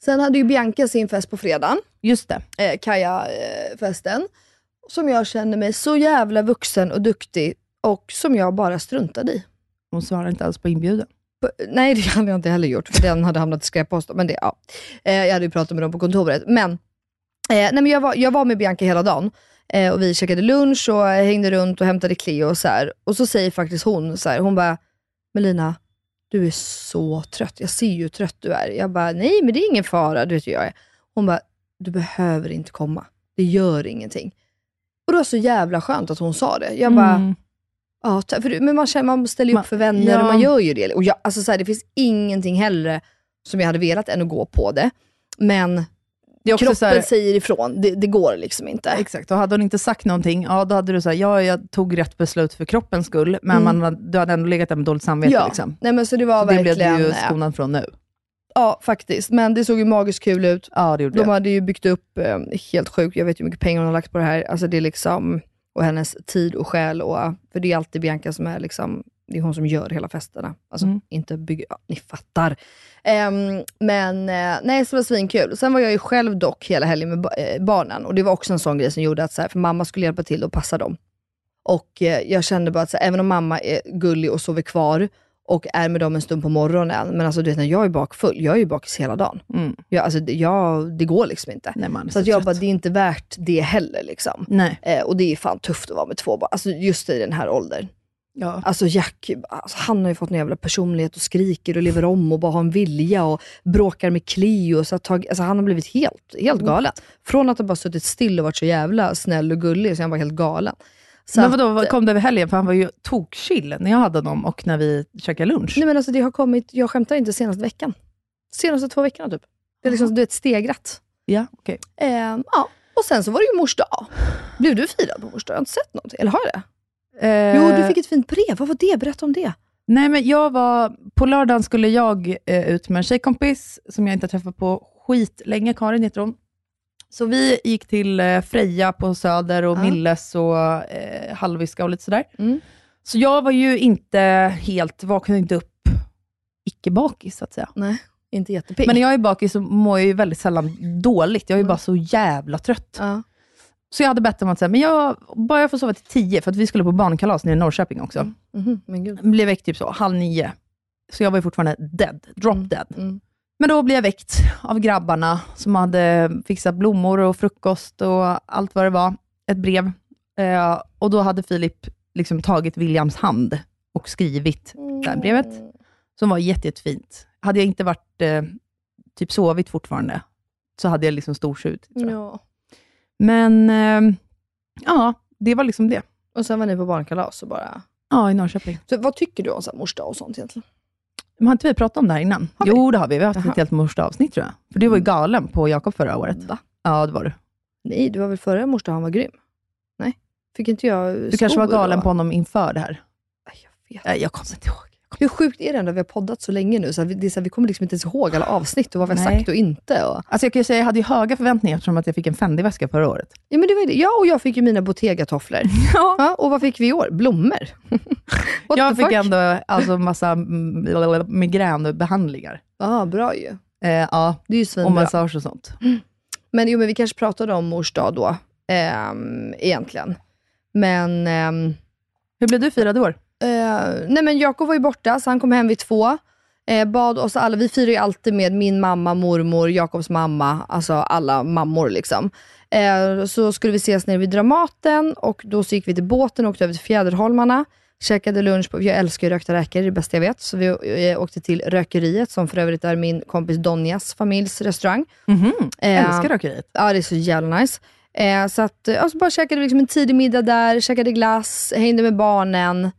Speaker 2: Sen hade ju Bianca sin fest på fredagen,
Speaker 1: Just det.
Speaker 2: eh, Kaja-festen, som jag känner mig så jävla vuxen och duktig och som jag bara struntade i.
Speaker 1: Hon svarar inte alls på inbjudan.
Speaker 2: Nej, det hade jag inte heller gjort, för den hade hamnat i skräpposten. Men det, ja. eh, jag hade ju pratat med dem på kontoret. Men, eh, nej, men jag, var, jag var med Bianca hela dagen eh, och vi käkade lunch och hängde runt och hämtade Cleo. Och så, här. och så säger faktiskt hon, så här, hon bara, Melina, du är så trött. Jag ser ju hur trött du är. Jag bara, nej men det är ingen fara, du vet hur jag är. Hon bara, du behöver inte komma. Det gör ingenting. Och det var så jävla skönt att hon sa det. Jag bara, Ja, ta- för, du- men man, känner, man ställer ju
Speaker 1: Man-
Speaker 2: upp för vänner
Speaker 1: ja.
Speaker 2: och man gör ju det. Och jag, alltså, så här, det finns ingenting hellre som jag hade velat än att gå på det. Men
Speaker 1: Det är också
Speaker 2: kroppen
Speaker 1: så här-
Speaker 2: säger ifrån, det, det går liksom inte.
Speaker 1: Exakt, och hade hon inte sagt någonting, ja då hade du sagt, ja jag tog rätt beslut för kroppens skull, men
Speaker 2: Mm.
Speaker 1: man, hade- du hade ändå legat där med dåligt samvete.
Speaker 2: Ja,
Speaker 1: Liksom.
Speaker 2: nej, men så det var
Speaker 1: Så det
Speaker 2: verkligen...
Speaker 1: blev du ju
Speaker 2: eh,
Speaker 1: skonan från nu.
Speaker 2: Ja, faktiskt. Men det såg ju magiskt kul ut.
Speaker 1: Ja, det gjorde
Speaker 2: De
Speaker 1: det.
Speaker 2: hade ju byggt upp eh, helt sjukt, jag vet ju hur mycket pengar hon har lagt på det här. Alltså det är liksom, och hennes tid och själ. Och, eh, för det är alltid Bianca som är liksom, det är hon som gör hela festerna. Alltså
Speaker 1: Mm.
Speaker 2: inte bygger, ja, ni fattar. Ehm, men eh, nej, så det var svinkul. Sen var jag ju själv dock hela helgen med ba- eh, barnen. Och det var också en sån grej som gjorde att, så här, för mamma skulle hjälpa till och passa dem. Och eh, jag kände bara att så här, även om mamma är gullig och sover kvar, och är med dem en stund på morgonen. Men alltså du vet när jag är bakfull, jag är ju bakis hela dagen.
Speaker 1: Mm.
Speaker 2: Jag, alltså, det, jag, det går liksom inte.
Speaker 1: Nej, man är
Speaker 2: Så att jag bara, det är inte värt det heller. Liksom.
Speaker 1: Nej.
Speaker 2: Eh, och det är fan tufft att vara med två barn, alltså, just i den här åldern.
Speaker 1: Ja.
Speaker 2: Alltså Jack, alltså, han har ju fått en jävla personlighet och skriker och lever om och bara har en vilja och bråkar med Cleo. Så att tag, alltså, han har blivit helt, helt
Speaker 1: Mm.
Speaker 2: galen. Från att ha bara suttit still och varit så jävla snäll och gullig, så är han bara helt galen. Så
Speaker 1: men
Speaker 2: att-
Speaker 1: vadå, vad kom det över helgen? För han var ju tokchill när jag hade honom och när vi käkade lunch.
Speaker 2: Nej men alltså det har kommit, jag skämtar inte senaste veckan. Senaste två veckorna typ. Det är liksom, du vet, stegrat.
Speaker 1: Ja, okej.
Speaker 2: Ehm, ja. Och sen så var det ju mors dag. Blev du firad på mors dag? Jag har inte sett någonting. Eller har jag det?
Speaker 1: Eh.
Speaker 2: Jo, du fick ett fint brev. Vad var det? Berätta om det.
Speaker 1: Nej, men jag var, på lördagen skulle jag eh, ut med en tjejkompis som jag inte har träffat på skit länge. Karin heter hon. Så vi gick till eh, Freja på Söder och
Speaker 2: Ja.
Speaker 1: Milles och eh, Hallwiska och lite sådär.
Speaker 2: Mm.
Speaker 1: Så jag var ju inte helt, vaknade inte upp icke-bakis så att säga.
Speaker 2: Nej, inte jättepigg.
Speaker 1: Men när jag är bakis så mår jag ju väldigt sällan dåligt. Jag är ju bara så jävla trött.
Speaker 2: ja.
Speaker 1: Så jag hade bett om att säga, men jag, bara jag får sova till tio, för att vi skulle på barnkalas nere i Norrköping också.
Speaker 2: Mhm, men gud.
Speaker 1: Blev väckt typ så, halv nio. Så jag var ju fortfarande dead, drop dead.
Speaker 2: Mm.
Speaker 1: Men då blev jag väckt av grabbarna som hade fixat blommor och frukost och allt vad det var. Ett brev. Eh, och då hade Filip liksom tagit Williams hand och skrivit det här brevet,
Speaker 2: Mm,
Speaker 1: som var jätte, jättefint. Hade jag inte varit, eh, typ sovit fortfarande, så hade jag liksom storsut. tror jag.
Speaker 2: Ja.
Speaker 1: Men eh, ja, det var liksom det.
Speaker 2: Och sen var ni på barnkalas och bara...
Speaker 1: Ja, i Norrköping.
Speaker 2: Så vad tycker du om så här mors dag och sånt egentligen?
Speaker 1: Men har inte vi Mm. pratat om det här innan?
Speaker 2: Har vi?
Speaker 1: jo, det har vi. Vi har haft
Speaker 2: Jaha.
Speaker 1: ett helt morsdag avsnitt tror jag. För du var ju galen på Jakob förra året.
Speaker 2: Va?
Speaker 1: Ja, det var du.
Speaker 2: Nej, du var väl förra mors då han var grym? Nej, fick inte jag
Speaker 1: Du kanske var galen på honom inför det här?
Speaker 2: Jag,
Speaker 1: vet. jag kommer inte ihåg.
Speaker 2: Hur sjukt är det ändå? Vi har poddat så länge nu, så att vi, det är så här, vi kommer liksom inte ens ihåg alla avsnitt och vad vi har
Speaker 1: Nej.
Speaker 2: sagt och inte. Och...
Speaker 1: Alltså jag kan ju säga, jag hade ju höga förväntningar eftersom att jag fick en Fendi-väska förra året.
Speaker 2: Ja, men det var ju det. ja, och jag fick ju mina
Speaker 1: [LAUGHS]
Speaker 2: Bottega-tofflor. ja. och vad fick vi i år? Blommor. What
Speaker 1: jag
Speaker 2: the
Speaker 1: fick
Speaker 2: fuck?
Speaker 1: ändå alltså, massa mm, lalalala, migränbehandlingar.
Speaker 2: Ja, bra ju.
Speaker 1: Eh, ja,
Speaker 2: Det är ju
Speaker 1: och
Speaker 2: svinbra.
Speaker 1: massage och sånt.
Speaker 2: Men, jo, men vi kanske pratade om mors dag då, ehm, egentligen. Men... ehm,
Speaker 1: Hur blev du firad i år?
Speaker 2: Eh, nej men Jakob var ju borta, så han kom hem vid två. Eh, bad oss alla, vi firar ju alltid med min mamma, mormor, Jakobs mamma, alltså alla mammor liksom. Eh, så skulle vi ses nere vid Dramaten och då så gick vi till båten och åkte över till Fjäderholmarna. Käkade lunch på, jag älskar ju rökta räkor, det är det bästa jag vet. Så vi eh, åkte till Rökeriet, som för övrigt är min kompis Donjas familjs restaurang.
Speaker 1: Mm-hmm.
Speaker 2: Eh,
Speaker 1: Älskar rökeriet.
Speaker 2: Ja, det är så jävla nice. Eh, så att, eh, alltså bara käkade vi liksom en tidig middag där, käkade glass, hängde med barnen.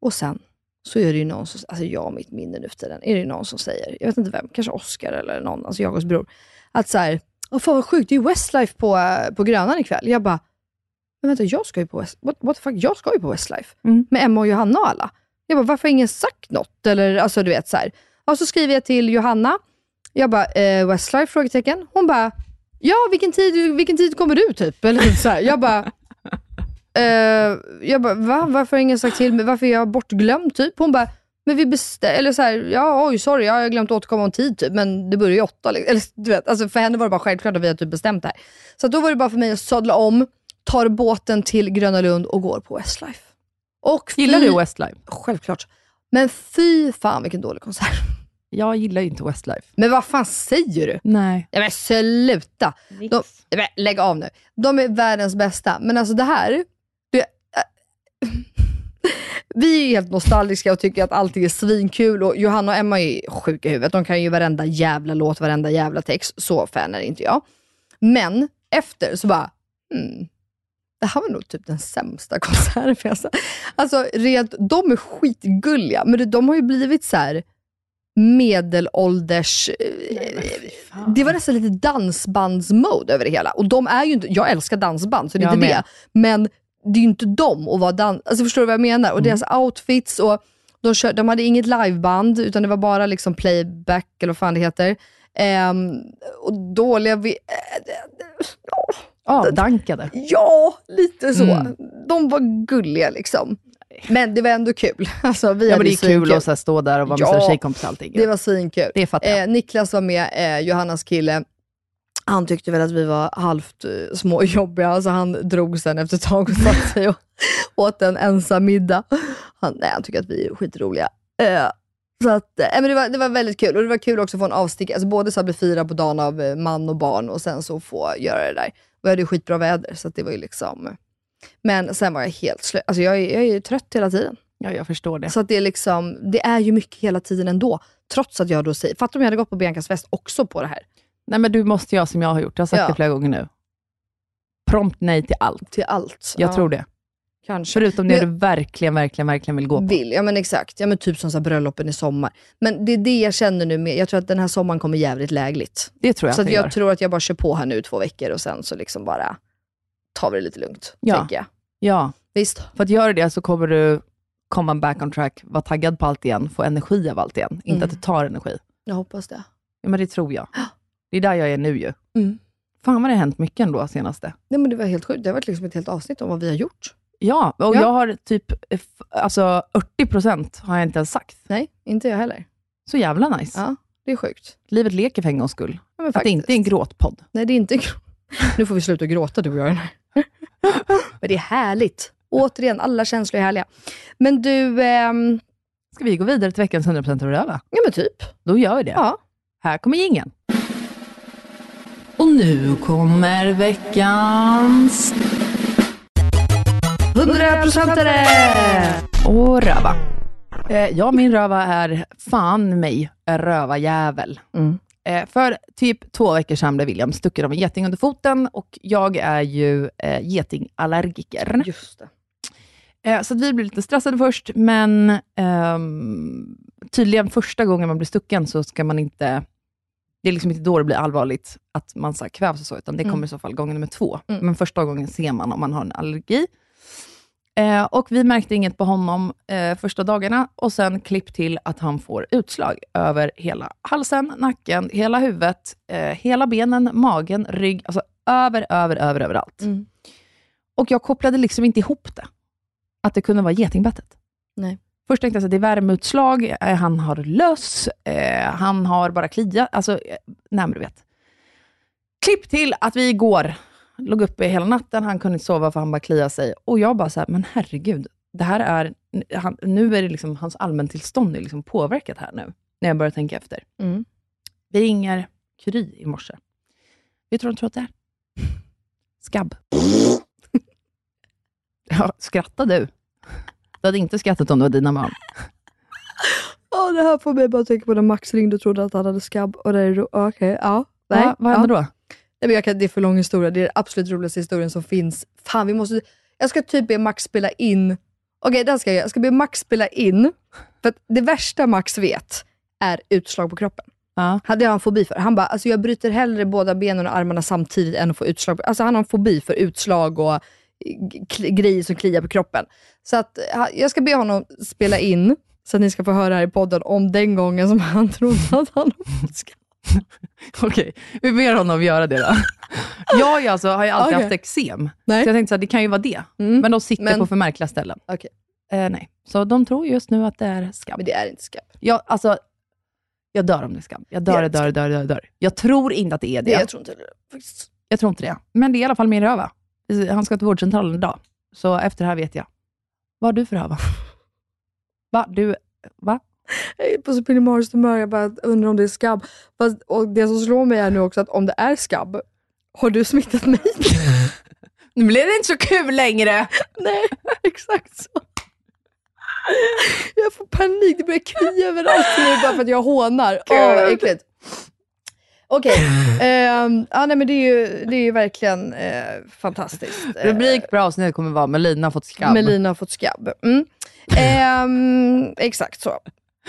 Speaker 2: Och sen så är det ju någon som, alltså jag och mitt minne nu för tiden, är det ju någon som säger, jag vet inte vem, kanske Oscar eller någon, alltså Jakobs bror, att så här, Åh, fan vad sjukt, det är ju Westlife på, eh, på Grönan ikväll. Jag bara, men vänta, jag ska ju på, West, what, what the fuck, jag ska ju på Westlife.
Speaker 1: Mm.
Speaker 2: Med Emma och Johanna och alla. Jag bara, varför har ingen sagt något? Eller, alltså du vet så här. Och så skriver jag till Johanna, jag bara, eh, Westlife? Frågetecken. Hon bara, ja vilken tid, vilken tid kommer du typ? Eller så här. Jag
Speaker 1: [LAUGHS]
Speaker 2: bara, eh, jag bara va? Varför har ingen sagt till mig? Varför är jag bortglömd typ? Hon bara, men vi bestämde, eller så här, ja oj sorry, jag har glömt återkomma om tid typ, men det börjar ju åtta. Liksom. Eller du vet, alltså, för henne var det bara självklart att vi hade typ bestämt det här. Så att då var det bara för mig att sadla om, tar båten till Gröna Lund och går på Westlife. Och fy-
Speaker 1: Gillar du Westlife?
Speaker 2: Självklart. Men fy fan vilken dålig konsert.
Speaker 1: Jag gillar ju inte Westlife.
Speaker 2: Men vad fan säger du?
Speaker 1: Nej.
Speaker 2: Nej men sluta! De, men lägg av nu. De är världens bästa, men alltså det här... Det, äh, [LAUGHS] vi är ju helt nostalgiska och tycker att allting är svinkul och Johanna och Emma är ju sjuka i huvudet. De kan ju varenda jävla låt, varenda jävla text. Så fan är inte jag. Men efter så bara, mm, det här var nog typ den sämsta [LAUGHS] konserten jag sett. Alltså rent, de är skitgulliga, men det- de har ju blivit så här medelålders... eh, det var nästan lite dansbandsmode över det hela. Och de är ju inte, jag älskar dansband, så det är
Speaker 1: Jag
Speaker 2: inte
Speaker 1: med.
Speaker 2: det. Men det är ju inte de att vara dans... Alltså förstår du vad jag menar?
Speaker 1: Mm.
Speaker 2: Och deras outfits och de, kör, de hade inget liveband, utan det var bara liksom playback, eller vad fan det heter. Ehm, och dåliga... Vi, eh, äh,
Speaker 1: Avdankade.
Speaker 2: Ja, lite så.
Speaker 1: Mm.
Speaker 2: De var gulliga liksom. Men det var ändå kul. [LAUGHS] Alltså, vi
Speaker 1: Ja, men
Speaker 2: hade
Speaker 1: det är kul
Speaker 2: svinkul.
Speaker 1: att så här stå där och vara med
Speaker 2: Ja.
Speaker 1: sina tjejkompisar och allting.
Speaker 2: Det var svinkul.
Speaker 1: Det fattar jag.
Speaker 2: Eh, Niklas var med, eh, Johannas kille. Han tyckte väl att vi var halvt eh, små och jobbiga, så han drog sen efter ett tag och
Speaker 1: [LAUGHS]
Speaker 2: satt sig och åt en ensam middag. Han, nej, han tycker att vi är skitroliga. Eh, så att, eh, men det, var, det var väldigt kul och det var kul också att få en avstickare. Alltså både så här bli firad på dagen av eh, man och barn och sen så få göra det där. Vi hade ju skitbra väder, så att det var ju liksom... Men sen var jag helt slut. Alltså jag, är- jag är ju trött hela tiden.
Speaker 1: Ja, jag förstår det.
Speaker 2: Så att det, är liksom, det är ju mycket hela tiden ändå. Trots att jag då säger, fatta om jag hade gått på Biancas fest också på det här.
Speaker 1: Nej, men du måste göra som jag har gjort. Jag har sagt
Speaker 2: Ja.
Speaker 1: det flera gånger nu. Prompt nej till allt.
Speaker 2: Till allt.
Speaker 1: Jag
Speaker 2: ja,
Speaker 1: tror det.
Speaker 2: Kanske.
Speaker 1: Förutom det
Speaker 2: Men-
Speaker 1: du verkligen, verkligen, verkligen vill gå på.
Speaker 2: Vill, ja men exakt. Ja, men typ som så här bröllopen i sommar. Men det är det jag känner nu med, jag tror att den här sommaren kommer jävligt lägligt.
Speaker 1: Det tror jag
Speaker 2: så
Speaker 1: att
Speaker 2: att
Speaker 1: jag gör.
Speaker 2: jag tror att jag bara kör på här nu i två veckor och sen så liksom bara tar vi det lite lugnt.
Speaker 1: Ja.
Speaker 2: Tänker jag.
Speaker 1: Ja,
Speaker 2: Visst.
Speaker 1: för att göra det så kommer du komma back on track, vara taggad på allt igen, få energi av allt igen.
Speaker 2: Mm.
Speaker 1: Inte att det tar energi.
Speaker 2: Jag hoppas det.
Speaker 1: Ja, men det tror jag. Det är där jag är nu ju.
Speaker 2: Mm.
Speaker 1: Fan vad det har hänt mycket ändå senaste.
Speaker 2: Nej men det var helt sjukt. Det har varit liksom ett helt avsnitt om vad vi har gjort.
Speaker 1: Ja, och
Speaker 2: Ja.
Speaker 1: jag har typ eh, f- alltså 40% har jag inte ens sagt.
Speaker 2: Nej, inte jag heller.
Speaker 1: Så jävla nice.
Speaker 2: Ja, det är sjukt.
Speaker 1: Livet leker för en gångs skull.
Speaker 2: Ja, men
Speaker 1: Att det inte är en gråtpodd.
Speaker 2: Nej, det är inte grå- [LAUGHS] Nu får vi sluta gråta du och jag. [LAUGHS] i den här. Men det är härligt. Återigen, alla känslor är härliga. Men du, ehm,
Speaker 1: Ska vi gå vidare till veckans 100% röda?
Speaker 2: ja men typ.
Speaker 1: Då gör vi det.
Speaker 2: Ja.
Speaker 1: Här kommer ingen. Och nu kommer veckans...
Speaker 2: 100-procentare!
Speaker 1: Och röva. Eh, ja, min röva är fan mig rövajävel.
Speaker 2: Mm.
Speaker 1: Eh, för typ två veckor sedan blev William stucken av en geting under foten och jag är ju eh, getingallergiker.
Speaker 2: Just det.
Speaker 1: Eh, så att vi blev lite stressade först, men ehm, tydligen första gången man blir stucken så ska man inte det är liksom inte då det blir allvarligt att man så här kvävs och så, utan det kommer
Speaker 3: Mm.
Speaker 1: i så fall gång nummer två.
Speaker 3: Mm.
Speaker 1: Men första gången ser man om man har en allergi. Eh, och vi märkte inget på honom eh, första dagarna och sen klipp till att han får utslag över hela halsen, nacken, hela huvudet, eh, hela benen, magen, rygg, alltså över, över, över, överallt.
Speaker 3: Mm.
Speaker 1: Och jag kopplade liksom inte ihop det, att det kunde vara getingbettet.
Speaker 2: Nej.
Speaker 1: Först tänkte jag att det är värmeutslag, eh, han har löss, eh, han har bara klia, alltså, eh, nej men du vet. Klipp till att vi igår låg uppe hela natten, han kunde inte sova för han bara kliade sig. Och jag bara så här, men herregud, det här är, han, nu är det liksom, hans allmäntillstånd är liksom påverkat här nu, när jag börjar tänka efter.
Speaker 2: Mm.
Speaker 1: Vi ringer Curie i morse. Vet du vad de tror att det är? Skabb. [LAUGHS] Ja, skratta du. Du hade inte skrattat om det var dina barn.
Speaker 2: Åh, det här får mig bara tänka på när Max ringde och trodde att han hade skabb. Och det är ro- Okej, ja. Nej,
Speaker 1: Va, vad hände då?
Speaker 2: Nej, men jag kan, det är för lång historia. Det är den absolut roligaste historien som finns. Fan, vi måste... Jag ska typ be Max spela in... Okej, det här ska jag göra. Jag ska be Max spela in. För att det värsta Max vet är utslag på kroppen.
Speaker 1: Ja.
Speaker 2: Det har han fobi för. Han bara, alltså jag bryter hellre båda benen och armarna samtidigt än att få utslag. på- Alltså han har en fobi för utslag och g- kli- grejer som kliar på kroppen. Så att, eh, ha- jag ska be honom spela in, så att ni ska få höra här i podden, om den gången som han [LAUGHS] trodde att han
Speaker 1: [LAUGHS] Okej, vi ber honom göra det då. Jag är alltså, har ju alltid
Speaker 2: Okej.
Speaker 1: haft eksem,
Speaker 2: Nej. Mm.
Speaker 1: så jag tänkte att det kan ju vara det. Men de sitter
Speaker 2: Men-
Speaker 1: på för märkliga ställen. Eh, nej. Så de tror just nu att det är skabb.
Speaker 2: Men det är inte skabb.
Speaker 1: Jag, alltså, jag dör om det är skabb. Jag
Speaker 2: Det
Speaker 1: dör,
Speaker 2: är
Speaker 1: jag dör, jag dör, jag dör. Jag tror inte att det är det.
Speaker 2: Jag tror inte det. Faktiskt.
Speaker 1: Jag tror inte det. Men det är i alla fall min röva. Han ska till vårdcentralen idag. Så efter det här vet jag. Vad har du
Speaker 2: [LAUGHS]
Speaker 1: för röva? Va? Du, va?
Speaker 2: Jag är Eh, på så pillemariskt humör, jag bara undrar om det är skabb. Fast, och det som slår mig är nu också att om det är skabb, har du smittat mig? [LAUGHS]
Speaker 1: Nu blir det inte så kul längre. [LAUGHS]
Speaker 2: Nej, exakt så. Jag får panik, det börjar klia överallt nu bara för att jag hånar. Åh, vad äckligt. Okej, ehm, ja, nej, men det är ju, det är ju verkligen eh, fantastiskt. Eh,
Speaker 1: Rubrik på avsnittet kommer vara Melina har fått skabb.
Speaker 2: Melina har fått skabb. Mm. Ehm, exakt så.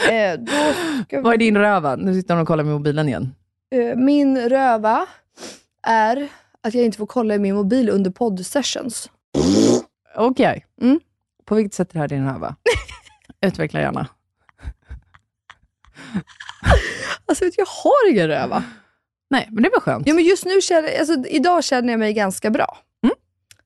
Speaker 2: Eh, då ska
Speaker 1: Vad är din röva? Nu sitter hon och kollar med mobilen igen.
Speaker 2: Eh, Min röva är att jag inte får kolla i min mobil under poddsessions.
Speaker 1: Okej.
Speaker 2: Mm.
Speaker 1: På vilket sätt är det här din [LAUGHS] röva? Utveckla gärna.
Speaker 2: Alltså vet du, jag har ingen röva.
Speaker 1: Mm. Nej, men det var [LAUGHS] skönt.
Speaker 2: Ja, men just nu känner, alltså, idag känner jag mig ganska bra.
Speaker 1: Mm.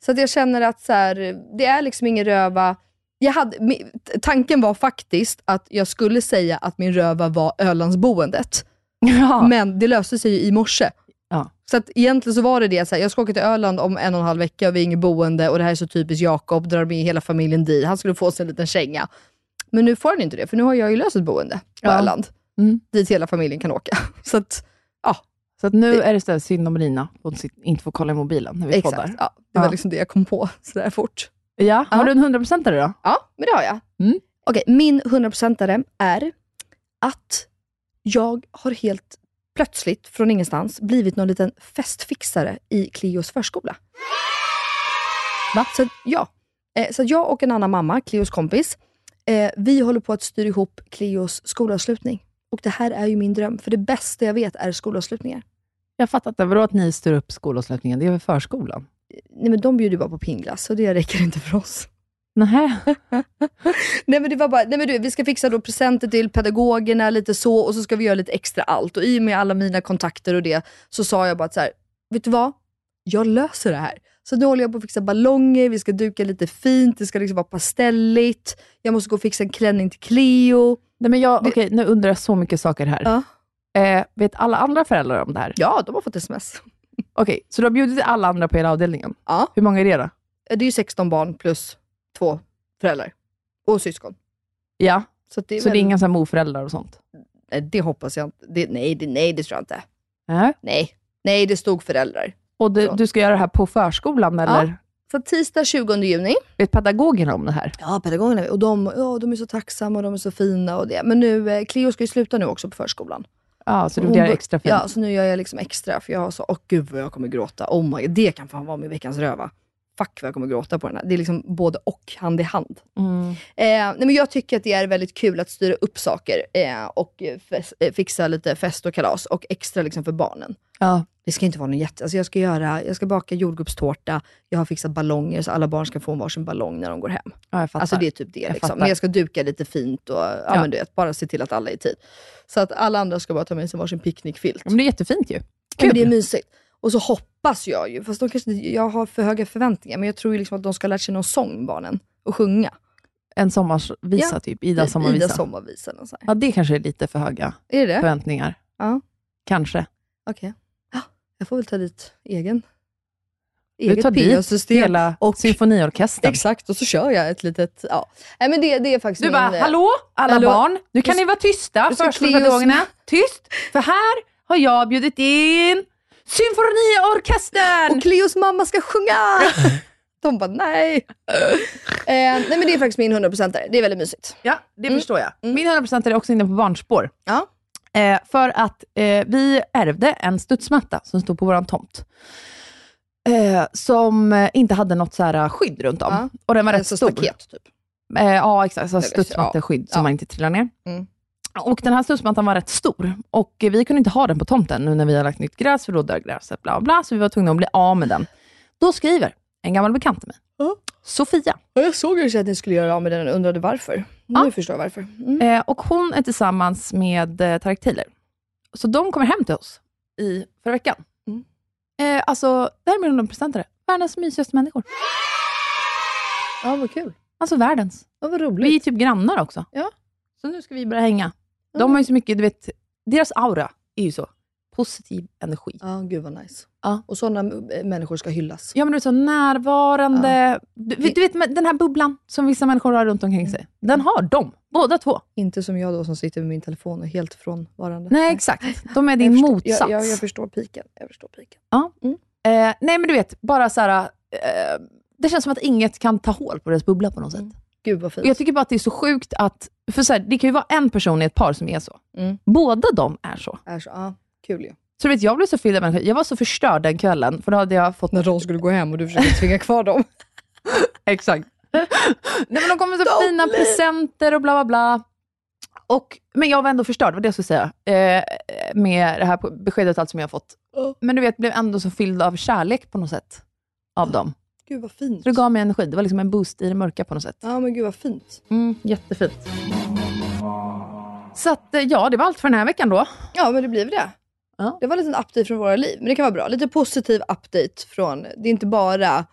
Speaker 2: Så att jag känner att så här, det är liksom ingen röva. Jag hade, mi- t- tanken var faktiskt att jag skulle säga att min röva var Ölandsboendet.
Speaker 1: Ja.
Speaker 2: Men det löste sig ju i morse.
Speaker 1: Ja.
Speaker 2: Så att egentligen så var det det, så här, jag ska åka till Öland om en och en halv vecka och vi är inget boende och det här är så typiskt Jakob, drar med hela familjen dit. Han skulle få sig en liten känga. Men nu får han inte det, för nu har jag ju löst ett boende på
Speaker 1: Ja.
Speaker 2: Öland.
Speaker 1: Mm.
Speaker 2: Dit hela familjen kan åka. [LAUGHS] Så att, ja,
Speaker 1: Så att nu är det istället synd om Lina, hon sit- inte får kolla i mobilen när vi
Speaker 2: exakt.
Speaker 1: poddar.
Speaker 2: Ja, det var
Speaker 1: Ja.
Speaker 2: liksom det jag kom på [LAUGHS] sådär fort.
Speaker 1: Ja. Har
Speaker 2: Ja.
Speaker 1: du en 100%are då?
Speaker 2: Ja, men det har jag.
Speaker 1: Mm.
Speaker 2: Okej, min 100%are är att jag har helt plötsligt, från ingenstans, blivit någon liten festfixare i Clios förskola. Va? Så, att- ja. Eh, Så att jag och en annan mamma, Clios kompis, eh, vi håller på att styra ihop Clios skolavslutning. Och det här är ju min dröm, för det bästa jag vet är skolavslutningar.
Speaker 1: Jag fattar inte. Vadå att ni styr upp skolavslutningen? Det är väl förskolan?
Speaker 2: Nej men de bjuder ju bara på pingglass, så det räcker inte för oss.
Speaker 1: Nej.
Speaker 2: [LAUGHS] Nej men det var bara, nej men du, vi ska fixa då presenter till pedagogerna, lite så, och så ska vi göra lite extra allt. Och i och med alla mina kontakter och det, så sa jag bara att så här, vet du vad? Jag löser det här. Så nu håller jag på att fixa ballonger, vi ska duka lite fint, det ska liksom vara pastelligt, jag måste gå och fixa en klänning till Cleo.
Speaker 1: Nej, men jag, okej, nu undrar jag så mycket saker här.
Speaker 2: Ja.
Speaker 1: Eh, vet alla andra föräldrar om det här?
Speaker 2: Ja, de har fått sms.
Speaker 1: Okej, så du har bjudit alla andra på hela avdelningen?
Speaker 2: Ja.
Speaker 1: Hur många är det då?
Speaker 2: Det är ju 16 barn plus två föräldrar och syskon.
Speaker 1: Ja,
Speaker 2: Så, att det, är
Speaker 1: så
Speaker 2: väl,
Speaker 1: det är inga så här morföräldrar och sånt?
Speaker 2: Nej, Eh, det hoppas jag inte. Det, nej, det, nej, det tror jag inte.
Speaker 1: Nej.
Speaker 2: Nej, nej det stod föräldrar.
Speaker 1: Och du,
Speaker 2: Så.
Speaker 1: du ska göra det här på förskolan, eller?
Speaker 2: Så tisdag 20 juni
Speaker 1: Vet pedagogerna om det här?
Speaker 2: Ja, pedagogerna. Och de, ja, de är så tacksamma och de är så fina. Och det. Men nu, eh, Cleo ska ju sluta nu också på förskolan.
Speaker 1: Ja, så Alltså, du
Speaker 2: Hon
Speaker 1: vill göra
Speaker 2: bör-
Speaker 1: extra fint?
Speaker 2: Ja, så nu gör jag liksom extra. För jag har så, åh gud vad jag kommer gråta. Oh my, det kan fan vara min veckans röva. fuck vad jag kommer gråta på den här. Det är liksom både och, hand i hand.
Speaker 1: Mm.
Speaker 2: Eh, nej men jag tycker att det är väldigt kul att styra upp saker eh, och eh, fes- eh, fixa lite fest och kalas och extra liksom för barnen.
Speaker 1: Ja.
Speaker 2: Det ska inte vara någon jätte... Alltså jag, ska göra, jag ska baka jordgubbstårta, jag har fixat ballonger så alla barn ska få en varsin ballong när de går hem.
Speaker 1: Ja, jag fattar.
Speaker 2: Alltså det är typ det.
Speaker 1: Jag
Speaker 2: Liksom.
Speaker 1: fattar.
Speaker 2: Men jag ska duka lite fint och ja, Men du vet, bara se till att alla är i tid. Så att alla andra ska bara ta med sig varsin picknickfilt.
Speaker 1: Men det är jättefint ju.
Speaker 2: Ja, men det är mysigt. Och så hoppas jag ju, fast de kanske, jag har för höga förväntningar, men jag tror ju liksom att de ska lära sig någon sång, barnen, och sjunga.
Speaker 1: En sommarvisa
Speaker 2: Ja,
Speaker 1: typ, Idas sommarvisa.
Speaker 2: Ida sommarvisa. eller så här.
Speaker 1: Ja, det kanske är lite för höga
Speaker 2: Är det det?
Speaker 1: förväntningar.
Speaker 2: Ja.
Speaker 1: Kanske.
Speaker 2: Okej. Ja, jag får väl ta dit egen.
Speaker 1: Du tar dit
Speaker 2: PA-system.
Speaker 1: hela symfoniorkestern.
Speaker 2: Exakt, och så kör jag ett litet... Ja. Nej, men det, det är faktiskt
Speaker 1: Du
Speaker 2: min,
Speaker 1: bara,
Speaker 2: eh,
Speaker 1: hallå alla
Speaker 2: hallå.
Speaker 1: barn, nu kan
Speaker 2: Nu-
Speaker 1: ni vara tysta,
Speaker 2: nu ska
Speaker 1: förskolepedagogerna.
Speaker 2: Cleo-
Speaker 1: Tyst, för här har jag bjudit in symfoniorkestern.
Speaker 2: Och Cleos mamma ska sjunga! [LAUGHS] De bara, nej. eh, nej, men det är faktiskt min 100%are. Det är väldigt mysigt.
Speaker 1: Ja, det förstår jag. Min 100% är också inne på barnspår.
Speaker 2: Mm. Ja.
Speaker 1: Eh, för att eh, vi ärvde en studsmatta som stod på vår tomt. Eh, som eh, inte hade något så här skydd runt om.
Speaker 2: Ja.
Speaker 1: Och den var rätt
Speaker 2: Alltså
Speaker 1: stor.
Speaker 2: staket, typ.
Speaker 1: Eh, ja, exakt. Så
Speaker 2: Eller så,
Speaker 1: studsmatteskydd som
Speaker 2: ja.
Speaker 1: man inte trillar ner.
Speaker 2: Mm.
Speaker 1: Och den här studsmattan var rätt stor och eh, vi kunde inte ha den på tomten nu när vi har lagt nytt gräs, för då dör gräset, bla bla, bla. Så vi var tvungna att bli av med den. Då skriver en gammal bekant till mig,
Speaker 2: Ja.
Speaker 1: Sofia,
Speaker 2: Och jag såg ju att ni skulle göra av med den och undrade varför. Nu
Speaker 1: Ja.
Speaker 2: förstår jag varför. Mm.
Speaker 1: Eh, och hon är tillsammans med eh, Tareq Taylor. Så de kommer hem till oss i förra veckan.
Speaker 2: Mm.
Speaker 1: Eh, alltså, det här är mina presentare. Världens mysigaste människor.
Speaker 2: Ja, vad kul.
Speaker 1: Alltså världens.
Speaker 2: Ja, vad
Speaker 1: Vi är
Speaker 2: roligt.
Speaker 1: typ grannar också.
Speaker 2: Ja.
Speaker 1: Så nu ska vi börja hänga. De har ju så mycket, du vet, deras aura är ju så. Positiv energi.
Speaker 2: Ja, gud vad nice.
Speaker 1: Ja.
Speaker 2: Och sådana eh, människor ska hyllas.
Speaker 1: Ja, men du är så närvarande. Du, du vet, men den här bubblan som vissa människor har runt
Speaker 2: Mm.
Speaker 1: omkring sig. Den har de, båda två.
Speaker 2: Inte som jag då som sitter med min telefon och är helt frånvarande.
Speaker 1: Nej, exakt. De är
Speaker 2: Jag
Speaker 1: din
Speaker 2: förstår-
Speaker 1: motsats.
Speaker 2: Jag, jag, jag förstår piken. Jag förstår piken. Mm.
Speaker 1: Eh, nej, men du vet, bara så här, eh, det känns som att inget kan ta hål på deras bubbla på något sätt.
Speaker 2: Mm. Gud vad fint.
Speaker 1: Och jag tycker bara att det är så sjukt att, för så här, det kan ju vara en person i ett par som är så.
Speaker 2: Mm.
Speaker 1: Båda de är så.
Speaker 2: Är så, ja, kul ju.
Speaker 1: Så du vet, jag blev så fylld av människor. Jag var så förstörd den kvällen, för då hade jag fått...
Speaker 2: När de skulle gå hem och du försökte tvinga kvar dem.
Speaker 1: [LAUGHS] Exakt. nej, men de kom med så
Speaker 2: Don't
Speaker 1: fina
Speaker 2: leave.
Speaker 1: presenter och bla bla bla. Och, men jag var ändå förstörd, det var det jag skulle säga. Eh, med det här beskedet och allt som jag har fått.
Speaker 2: Ja.
Speaker 1: Men du vet, blev ändå så fylld av kärlek på något sätt. Av dem.
Speaker 2: Gud vad fint.
Speaker 1: Så det gav mig energi. Det var liksom en boost i det mörka på något sätt.
Speaker 2: Ja, men gud vad fint.
Speaker 1: Mm, jättefint. Så att, eh, ja, det var allt för den här veckan då.
Speaker 2: Ja, men det blir väl det.
Speaker 1: Ja.
Speaker 2: Det var en liten update från våra liv, men det kan vara bra. Lite positiv update från, det är inte bara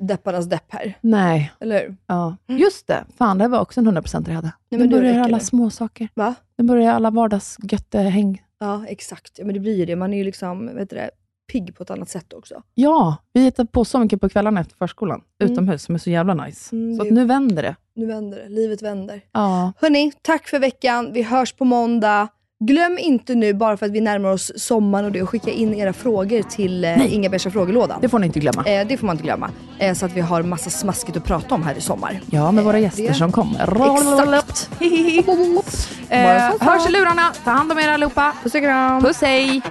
Speaker 2: depparnas depp här,
Speaker 1: Nej. Mm.
Speaker 2: eller hur?
Speaker 1: Ja. Just det. Fan, det var också en 100% jag hade.
Speaker 2: men
Speaker 1: nu
Speaker 2: du
Speaker 1: börjar
Speaker 2: räcker
Speaker 1: alla
Speaker 2: nu.
Speaker 1: små saker.
Speaker 2: Va?
Speaker 1: Nu börjar alla vardagsgöttehäng.
Speaker 2: Ja, exakt. Ja, men det blir ju det. Man är ju liksom, vet du det, pigg på ett annat sätt också.
Speaker 1: Ja, vi hittar på så mycket på kvällarna efter förskolan.
Speaker 2: Mm.
Speaker 1: Utomhus, som är så jävla nice.
Speaker 2: Mm,
Speaker 1: så
Speaker 2: det-
Speaker 1: att nu vänder det.
Speaker 2: Nu vänder det. Livet vänder.
Speaker 1: Ja.
Speaker 2: Hörni, tack för veckan. Vi hörs på måndag. Glöm inte nu, bara för att vi närmar oss sommaren och det, att skicka in era frågor till eh, Inga Beige frågelådan.
Speaker 1: Det får ni inte glömma.
Speaker 2: Eh, det får man inte glömma. Eh, så att vi har massa smaskigt att prata om här i sommar.
Speaker 1: Ja, med våra gäster
Speaker 2: det-
Speaker 1: som [LAUGHS] kommer.
Speaker 2: Exakt.
Speaker 1: Eh, hörs i lurarna. Ta hand om er allihopa.
Speaker 2: Puss och kram.
Speaker 1: Puss, hej!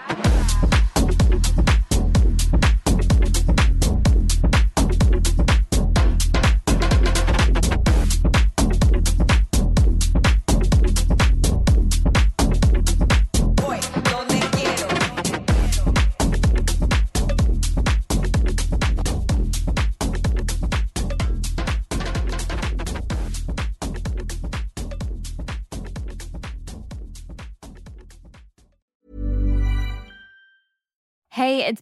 Speaker 4: Hey, it's